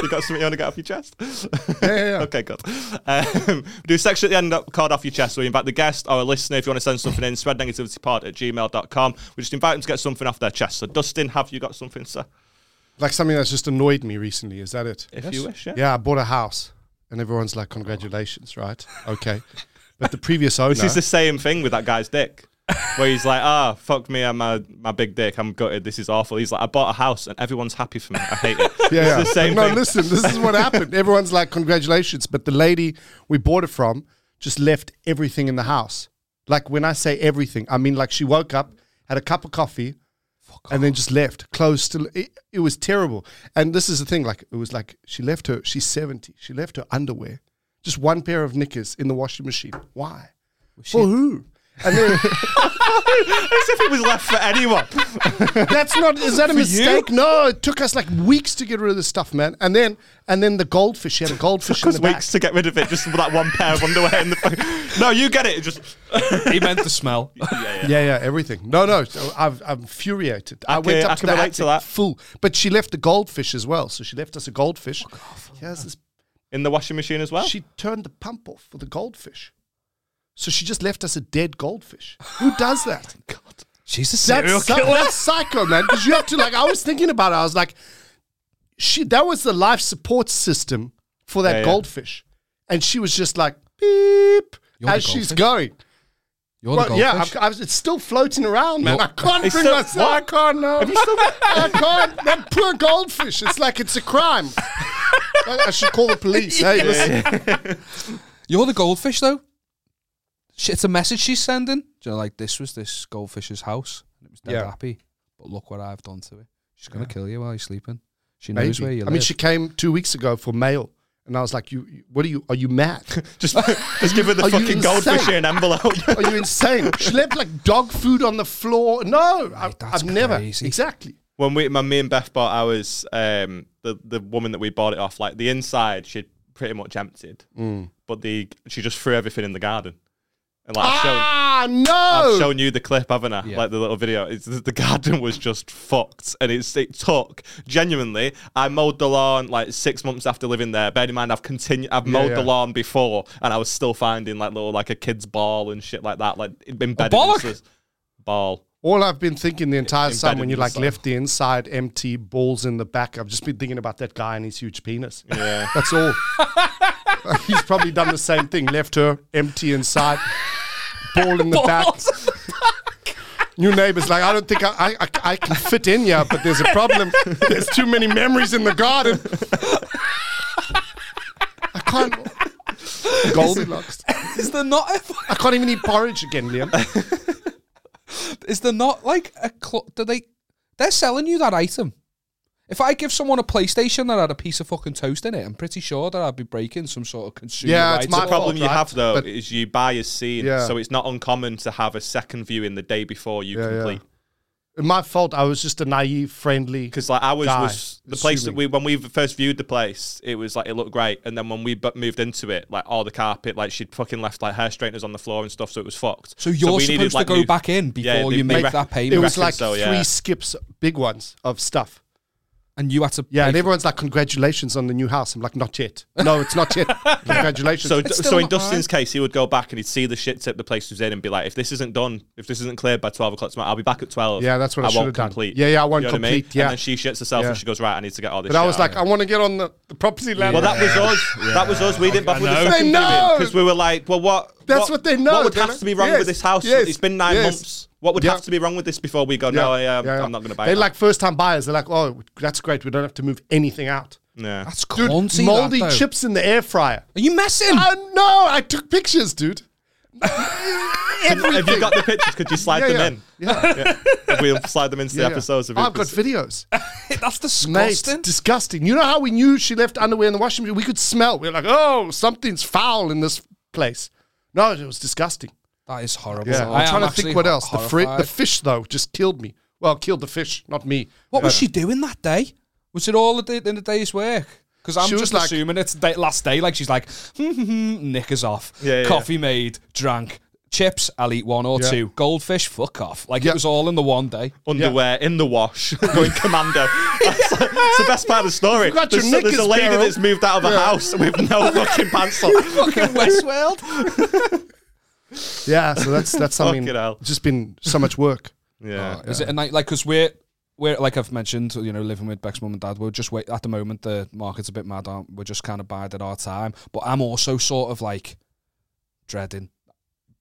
S1: got something you want to get off your chest?
S4: Yeah, yeah, yeah.
S1: okay, good. Um, we do a section at the end up- called Off Your Chest where you invite the guest or a listener if you want to send something in, spreadnegativitypod at gmail.com. We just invite them to get something off their chest. So, Dustin, have you got something, sir?
S4: Like something that's just annoyed me recently. Is that it?
S1: If you wish, yeah.
S4: Yeah, I bought a house, and everyone's like, "Congratulations!" Right? Okay, But the previous owner,
S1: This is the same thing with that guy's dick. Where he's like, ah, fuck me, I'm a, my big dick, I'm gutted, this is awful. He's like, I bought a house and everyone's happy for me. I hate it.
S4: yeah,
S1: It's the same
S4: no,
S1: thing.
S4: listen, this is what happened. Everyone's like, congratulations, but the lady we bought it from just left everything in the house. Like when I say everything, I mean like she woke up, had a cup of coffee, and then just left. Clothes still, it, it was terrible. And this is the thing, like it was like she left her. She's seventy. She left her underwear, just one pair of knickers in the washing machine. Why? For who? And then,
S1: As if it was left for anyone.
S4: That's not. Is that a mistake? No, it took us like weeks to get rid of this stuff, man. And then, and then the goldfish. She had a goldfish in
S1: Took
S4: the
S1: us weeks
S4: back.
S1: to get rid of it, just with that one pair of underwear in the No, you get it. Just
S3: he meant the smell.
S4: Yeah, yeah, everything. No, no, so I've, I'm infuriated. I, went
S1: can-
S4: up
S1: I
S4: to
S1: can
S4: the
S1: relate
S4: attic
S1: to that.
S4: full, but she left the goldfish as well. So she left us a
S1: Oh,
S4: goldfish. Here's this-
S1: in the washing machine as well.
S4: She turned the pump off for the goldfish. So she just left us a dead goldfish. Who does that?
S3: She's a serial
S4: That's,
S3: killer.
S4: that's psycho, man. Because you have to like. I was thinking about it. I was like, she. That was the life support system for that
S1: Yeah, yeah.
S4: goldfish, and she was just like beep
S3: You're the
S4: as she's
S3: goldfish?
S4: going.
S3: You're the
S4: Well, yeah,
S3: goldfish.
S4: I've- I've- it's still floating around, man.
S3: You're-
S4: I can't
S1: It's
S4: bring
S1: still-
S4: myself. I
S1: what?
S4: can't know. I can't. That poor goldfish. It's like it's a crime. I I should call the police. Hey, listen.
S3: You're the goldfish, though. Sh- It's a message she's sending. You know, like this was this goldfish's house, and it was dead
S4: Yeah.
S3: happy. But look what I've done to it. She's gonna kill you while you're sleeping. She knows
S4: Maybe.
S3: where you
S4: I
S3: live.
S4: mean, she came two weeks ago for mail, and I was like, "You, you- what are you? Are you mad?"
S1: just, just give her the
S4: Are you
S1: fucking goldfish
S4: insane?
S1: in an envelope.
S4: Are you insane? she left like dog food on the floor. No, I,
S3: Mate, that's
S4: I've never
S3: crazy.
S4: exactly.
S1: when we, my, me and Beth bought ours, um, the the woman that we bought it off, like the inside, she'd pretty much emptied,
S4: Mm.
S1: but the she just threw everything in the garden. And like I've, shown,
S4: Ah
S1: I've
S4: no!
S1: shown you the clip, haven't I?
S3: Yeah.
S1: Like the little video. It's, the garden was just fucked, and it's it took genuinely. I mowed the lawn like six months after living there. Bear in mind, I've continued. I've mowed the
S4: yeah.
S1: lawn before, and I was still finding like little like a kid's ball and shit like that, like embedded. in
S3: bollock?
S1: this- Ball.
S4: All I've been thinking the entire
S1: Embedded
S4: time when you
S1: in
S4: like
S1: the
S4: left the inside empty, balls in the back. I've just been thinking about that guy and his huge penis.
S1: Yeah.
S4: That's all. He's probably done the same thing. Left her empty inside, ball in the back. New neighbors like I don't think I, I I- I can fit in here, but there's a problem. There's too many memories in the garden. I can't. Goldilocks.
S3: is there not?
S4: I can't even eat porridge again, Liam.
S3: Is there not like a? Cl- do they? They're selling you that item. If I give someone a PlayStation that had a piece of fucking toast in it, I'm pretty sure that I'd be breaking some sort of consumer
S4: Yeah, it's
S3: rights.
S4: my
S1: the problem
S4: fault,
S1: you
S4: right?
S1: have though
S4: But-
S1: is you buy a scene,
S4: Yeah.
S1: so it's not uncommon to have a second viewing the day before you
S4: Yeah, yeah.
S1: complete.
S4: My fault. I was just a naive, friendly.
S1: Because like ours
S4: Guy,
S1: was the place that
S4: assuming.
S1: we when we first viewed the place, it was like it looked great, and then when we bu- moved into it, like all the carpet, like she'd fucking left like hair straighteners on the floor and stuff, so it was fucked.
S3: So you're
S1: we
S3: supposed
S1: needed,
S3: to
S1: like,
S3: go
S1: new-
S3: back in before
S1: Yeah, they-
S3: you
S1: they
S3: make
S1: reckon-
S3: that
S4: It
S3: payment,
S4: was
S1: reckon
S4: like
S1: so,
S4: three
S1: yeah.
S4: skips, big ones of stuff.
S3: and you had to.
S4: Yeah,
S3: pay
S4: and
S3: for-
S4: everyone's like, "Congratulations on the new house." I'm like, "Not yet. No, it's not yet. Congratulations."
S1: So,
S3: It's
S1: so
S3: still
S1: in
S3: not
S1: Dustin's case, he would go back and he'd see the shit tip the place was in and be like, "If this isn't done, if this isn't cleared by twelve o'clock tomorrow, I'll be back at 12.
S4: Yeah, that's what I should
S1: won't
S4: have done.
S1: complete.
S4: Yeah, yeah, I won't
S1: You know what
S4: complete, yeah.
S1: and then she shits herself
S4: Yeah.
S1: and she goes, "Right, I need to get all this."
S4: but I
S1: shit
S4: was
S1: out."
S4: like, "I want to get on the, the property ladder."
S1: Well, that was us. That was us. We didn't bother with the
S2: know.
S1: second
S4: They know.
S1: because we were like, well, what?
S4: That's what they know.
S1: What would
S4: They know.
S1: have to be wrong
S4: Yes,
S1: with this house?
S4: yes,
S1: It's been nine
S4: yes.
S1: months. What would
S4: Yeah.
S1: have to be wrong with this before we go? No, I, um, I'm not going to buy
S4: They're
S1: it.
S4: like first-time buyers. They're like, "Oh, that's great. We don't have to move anything out."
S1: yeah.
S3: That's
S4: Dude,
S3: cunty, that,
S4: moldy Ah.
S3: though.
S4: chips in the air fryer.
S3: Are you messing?
S4: I know. I took pictures, dude.
S1: Have you got the pictures? Could you slide
S4: Yeah,
S1: them
S4: yeah.
S1: in?
S4: Yeah.
S1: We'll slide them into
S4: Yeah, Oh,
S1: the
S4: yeah.
S1: episodes of it.
S4: I've got
S1: 'cause-
S4: videos.
S3: That's
S4: Mate, it's
S3: disgusting.
S4: disgusting. You know how we knew she left underwear in the washing machine? We could smell. We were like, oh, something's foul in this place. No, it was disgusting.
S3: that is horrible.
S4: Yeah,
S3: I
S4: I'm
S3: am
S4: trying to
S3: actually
S4: think what else. The, fri- the
S3: horrified.
S4: fish, though, just killed me. Well, killed the fish, not me.
S3: What was she doing that day? Was it all a day- in the day's work? Because I'm
S4: She was
S3: just
S4: like-
S3: assuming it's day, last day. Like she's like, "Hmm, knickers off,
S1: Yeah, yeah,
S3: coffee made, drank, chips. I'll eat one or
S4: Yeah.
S3: two. Goldfish, fuck off. Like
S4: Yeah.
S3: it was all in the one day.
S1: Underwear in the wash, going commando. That's, it's the best part of the story.
S4: You got your
S1: there's, there's
S4: knickers,
S1: a lady
S4: Carol.
S1: that's moved out of a house with no fucking pants on.
S3: Fucking Westworld.
S4: Yeah, so that's that's something.
S1: Fucking hell.
S4: It's just been so much work.
S1: Yeah.
S3: Oh, Is it a night like because we're we're like I've mentioned, you know, living with Beck's mum and dad. We're just wait at the moment. The market's a bit mad. Aren't we? We're just kind of biding our time. But I'm also sort of like dreading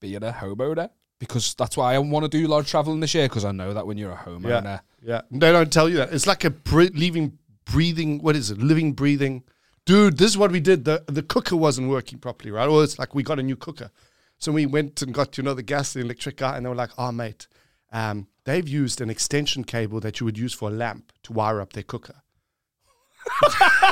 S3: being a homeowner because that's why I want to do a lot of traveling this year because I know that when you're a homeowner,
S4: Yeah. They don't tell you that. It's like a bre- leaving, breathing. What is it? Living, breathing. Dude, this is what we did. The the cooker wasn't working properly, right? Or it's like we got a new cooker. So we went and got, you know, the gas, the electric guy, and they were like, oh, mate, um, they've used an extension cable that you would use for a lamp to wire up their cooker.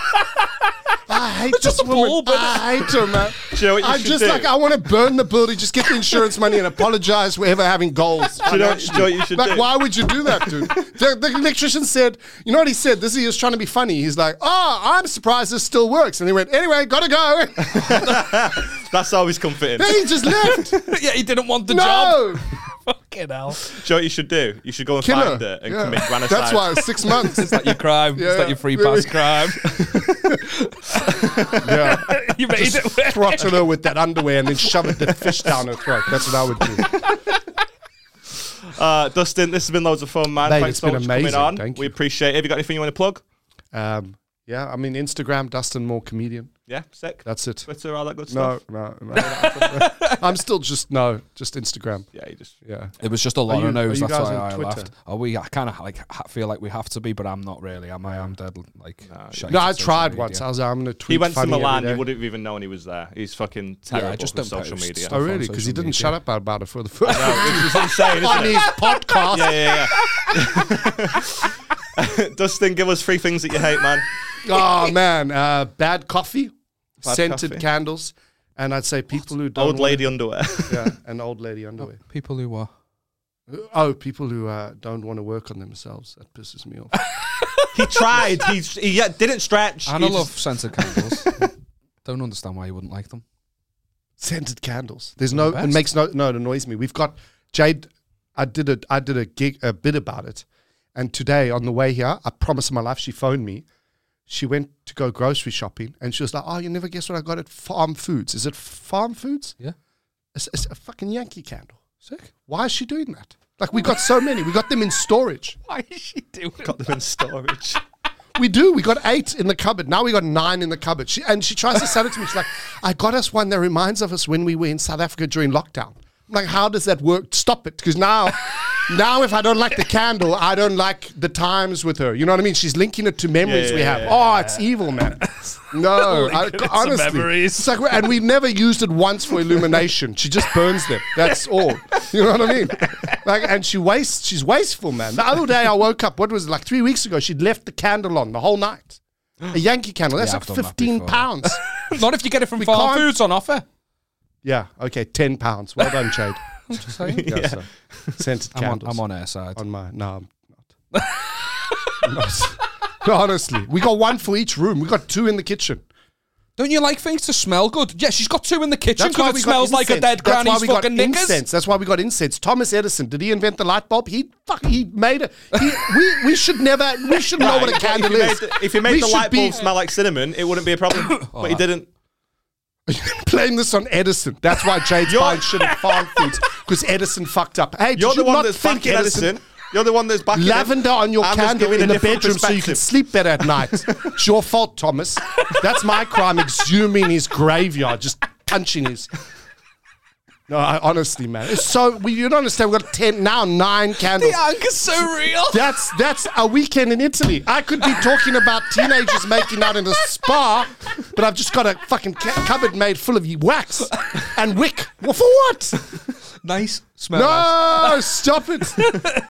S4: I hate this woman.
S3: bulb, isn't
S4: I hate her, man.
S1: Do you know what you
S4: I'm
S1: should
S4: just
S1: do?
S4: like, I want to burn the building, just get the insurance money and apologize for ever having goals.
S1: you know- do you know what you should
S4: like,
S1: do?
S4: why would you do that, dude? the, the electrician said, you know what he said? This he was trying to be funny. He's like, oh, I'm surprised this still works. And he went, anyway, gotta go.
S1: That's always comforting.
S4: then he just left.
S3: yeah, he didn't want the job.
S4: no,
S2: Fucking hell.
S1: Do you know what you should do? You should go and
S4: killer.
S1: find it and
S4: Yeah.
S1: commit granite.
S4: That's why it was six months.
S3: It's like your crime.
S4: Yeah,
S3: it's like your free pass crime.
S4: yeah,
S3: you made it work.
S4: throttle her with that underwear and then shove it the fish down her throat. That's what I would do.
S1: Uh, Dustin, this has been loads of fun, man.
S4: Mate,
S1: Thanks
S4: it's
S1: so
S4: been
S1: much for
S4: amazing.
S1: coming on.
S4: Thank
S1: We
S4: you.
S1: appreciate it. Have you got anything you want to plug?
S4: Um, yeah, I mean Instagram, Dustin Moore comedian.
S1: Yeah, sick.
S4: That's it.
S1: Twitter, all that good
S4: No,
S1: stuff.
S4: no, no. I'm still just no, just Instagram.
S1: Yeah, you just
S4: Yeah.
S3: It was just a lot
S4: you-
S3: of no's.
S4: are you
S3: That's why
S4: guys on
S3: I
S4: Twitter?
S3: laughed. Are we? I kind of like ha- feel like we have to be, but I'm not really. Am I? I'm dead. Like shite
S4: No,
S3: at
S4: I
S3: social
S4: tried
S3: media.
S4: once. I was like, I'm gonna tweet.
S1: he went to
S4: funny every
S1: Milan.
S4: day.
S1: You wouldn't have even known he was there. He's fucking terrible
S3: just
S1: with
S3: don't
S1: social
S3: post
S1: media.
S3: stuff.
S4: Oh
S3: on
S4: really? Because he
S3: social
S4: didn't
S3: media.
S4: shut up about it for the first.
S1: No, which is insane,
S4: on
S1: isn't it?
S4: his podcast.
S1: Yeah, yeah, yeah. Dustin, give us three things that you hate, man.
S4: Oh man, uh, bad coffee,
S1: Bad
S4: scented
S1: coffee.
S4: candles, and I'd say people who don't
S1: Old
S4: wanna-
S1: lady underwear.
S4: yeah, and old lady underwear.
S3: People who are.
S4: Oh, people who uh, don't want to work on themselves. That pisses me off.
S1: he tried. He, he yeah, didn't stretch.
S3: And I
S1: He
S3: love
S1: just-
S3: scented candles. Don't understand why you wouldn't like them.
S4: scented candles. There's
S3: They're
S4: no.
S3: the
S4: it
S3: best.
S4: makes no. No, it annoys me. We've got Jade. I did a. I did a gig a bit about it, and today on the way here, I promise on my life, she phoned me. She went to go grocery shopping, and she was like, "Oh, you never guess what I got at Farm Foods? Is it Farm Foods?
S3: Yeah.
S4: It's, it's a fucking Yankee candle.
S3: Sick.
S4: Why is she doing that? Like we got so many. We got them in storage.
S3: Why is she doing it?
S1: got them in storage.
S4: We do. We got eight in the cupboard. Now we got nine in the cupboard. She, and she tries to sell it to me. She's like, I got us one that reminds of us when we were in South Africa during lockdown. I'm like, how does that work? Stop it. Because now, now if I don't like the candle, I don't like the times with her. You know what I mean? She's linking it to memories
S1: Yeah,
S4: we
S1: yeah,
S4: have.
S1: yeah,
S4: oh, it's evil, man. No, I,
S2: Linking it to
S4: honestly.
S2: memories.
S4: It's like, and we never used it once for illumination. She just burns them. That's all. You know what I mean? Like, and she wastes. She's wasteful, man. The other day I woke up. What was it? Like three weeks ago. She'd left the candle on the whole night. A Yankee candle. That's
S3: Yeah,
S4: like
S3: I've done that
S4: fifteen
S3: before.
S4: pounds.
S3: Not if you get it from Farm
S4: can't-
S3: Foods on offer.
S4: yeah. Okay. Ten pounds. Well done, Jade.
S3: Just saying.
S4: Yeah. so scented
S3: I'm, on,
S4: candles.
S3: I'm on air side.
S4: on my. No, I'm not. No, honestly, we got one for each room. We got two in the kitchen.
S3: Don't you like things to smell good? Yeah, she's got two in the kitchen
S4: why
S3: because it
S4: we got
S3: smells like a
S4: incense.
S3: dead
S4: That's why
S3: granny's
S4: we got
S3: fucking knickers.
S4: Incense. That's why we got incense. Thomas Edison, did he invent the light bulb? He fuck, he made it. He, we we should never we should know what a candle
S1: if, you made
S4: is.
S1: the, if you made
S4: We
S1: the
S4: should
S1: light
S4: be-
S1: bulb smell like cinnamon, it wouldn't be a problem. but he didn't.
S4: Blame this on Edison. That's why Jade's
S1: You're-
S4: buying shit at farm foods because Edison fucked up. Hey,
S1: You're
S4: did
S1: the
S4: you
S1: one
S4: not
S1: that's
S4: think
S1: backing
S4: Edison?
S1: Edison. You're the one that's backing him.
S4: Lavender on your
S1: I'm just
S4: candle
S1: giving
S4: in
S1: a
S4: the
S1: different
S4: bedroom so you can
S1: perspective.
S4: sleep better at night. it's your fault, Thomas. That's my crime. Exhuming his graveyard, just punching his. No, I, honestly, man. It's so we, you don't understand. We've got ten now, nine candles.
S3: The anger's so real.
S4: That's that's a weekend in Italy. I could be talking about teenagers making out in a spa, but I've just got a fucking ca- cupboard made full of wax and wick. Well, for what?
S3: Nice smell.
S4: No, stop it.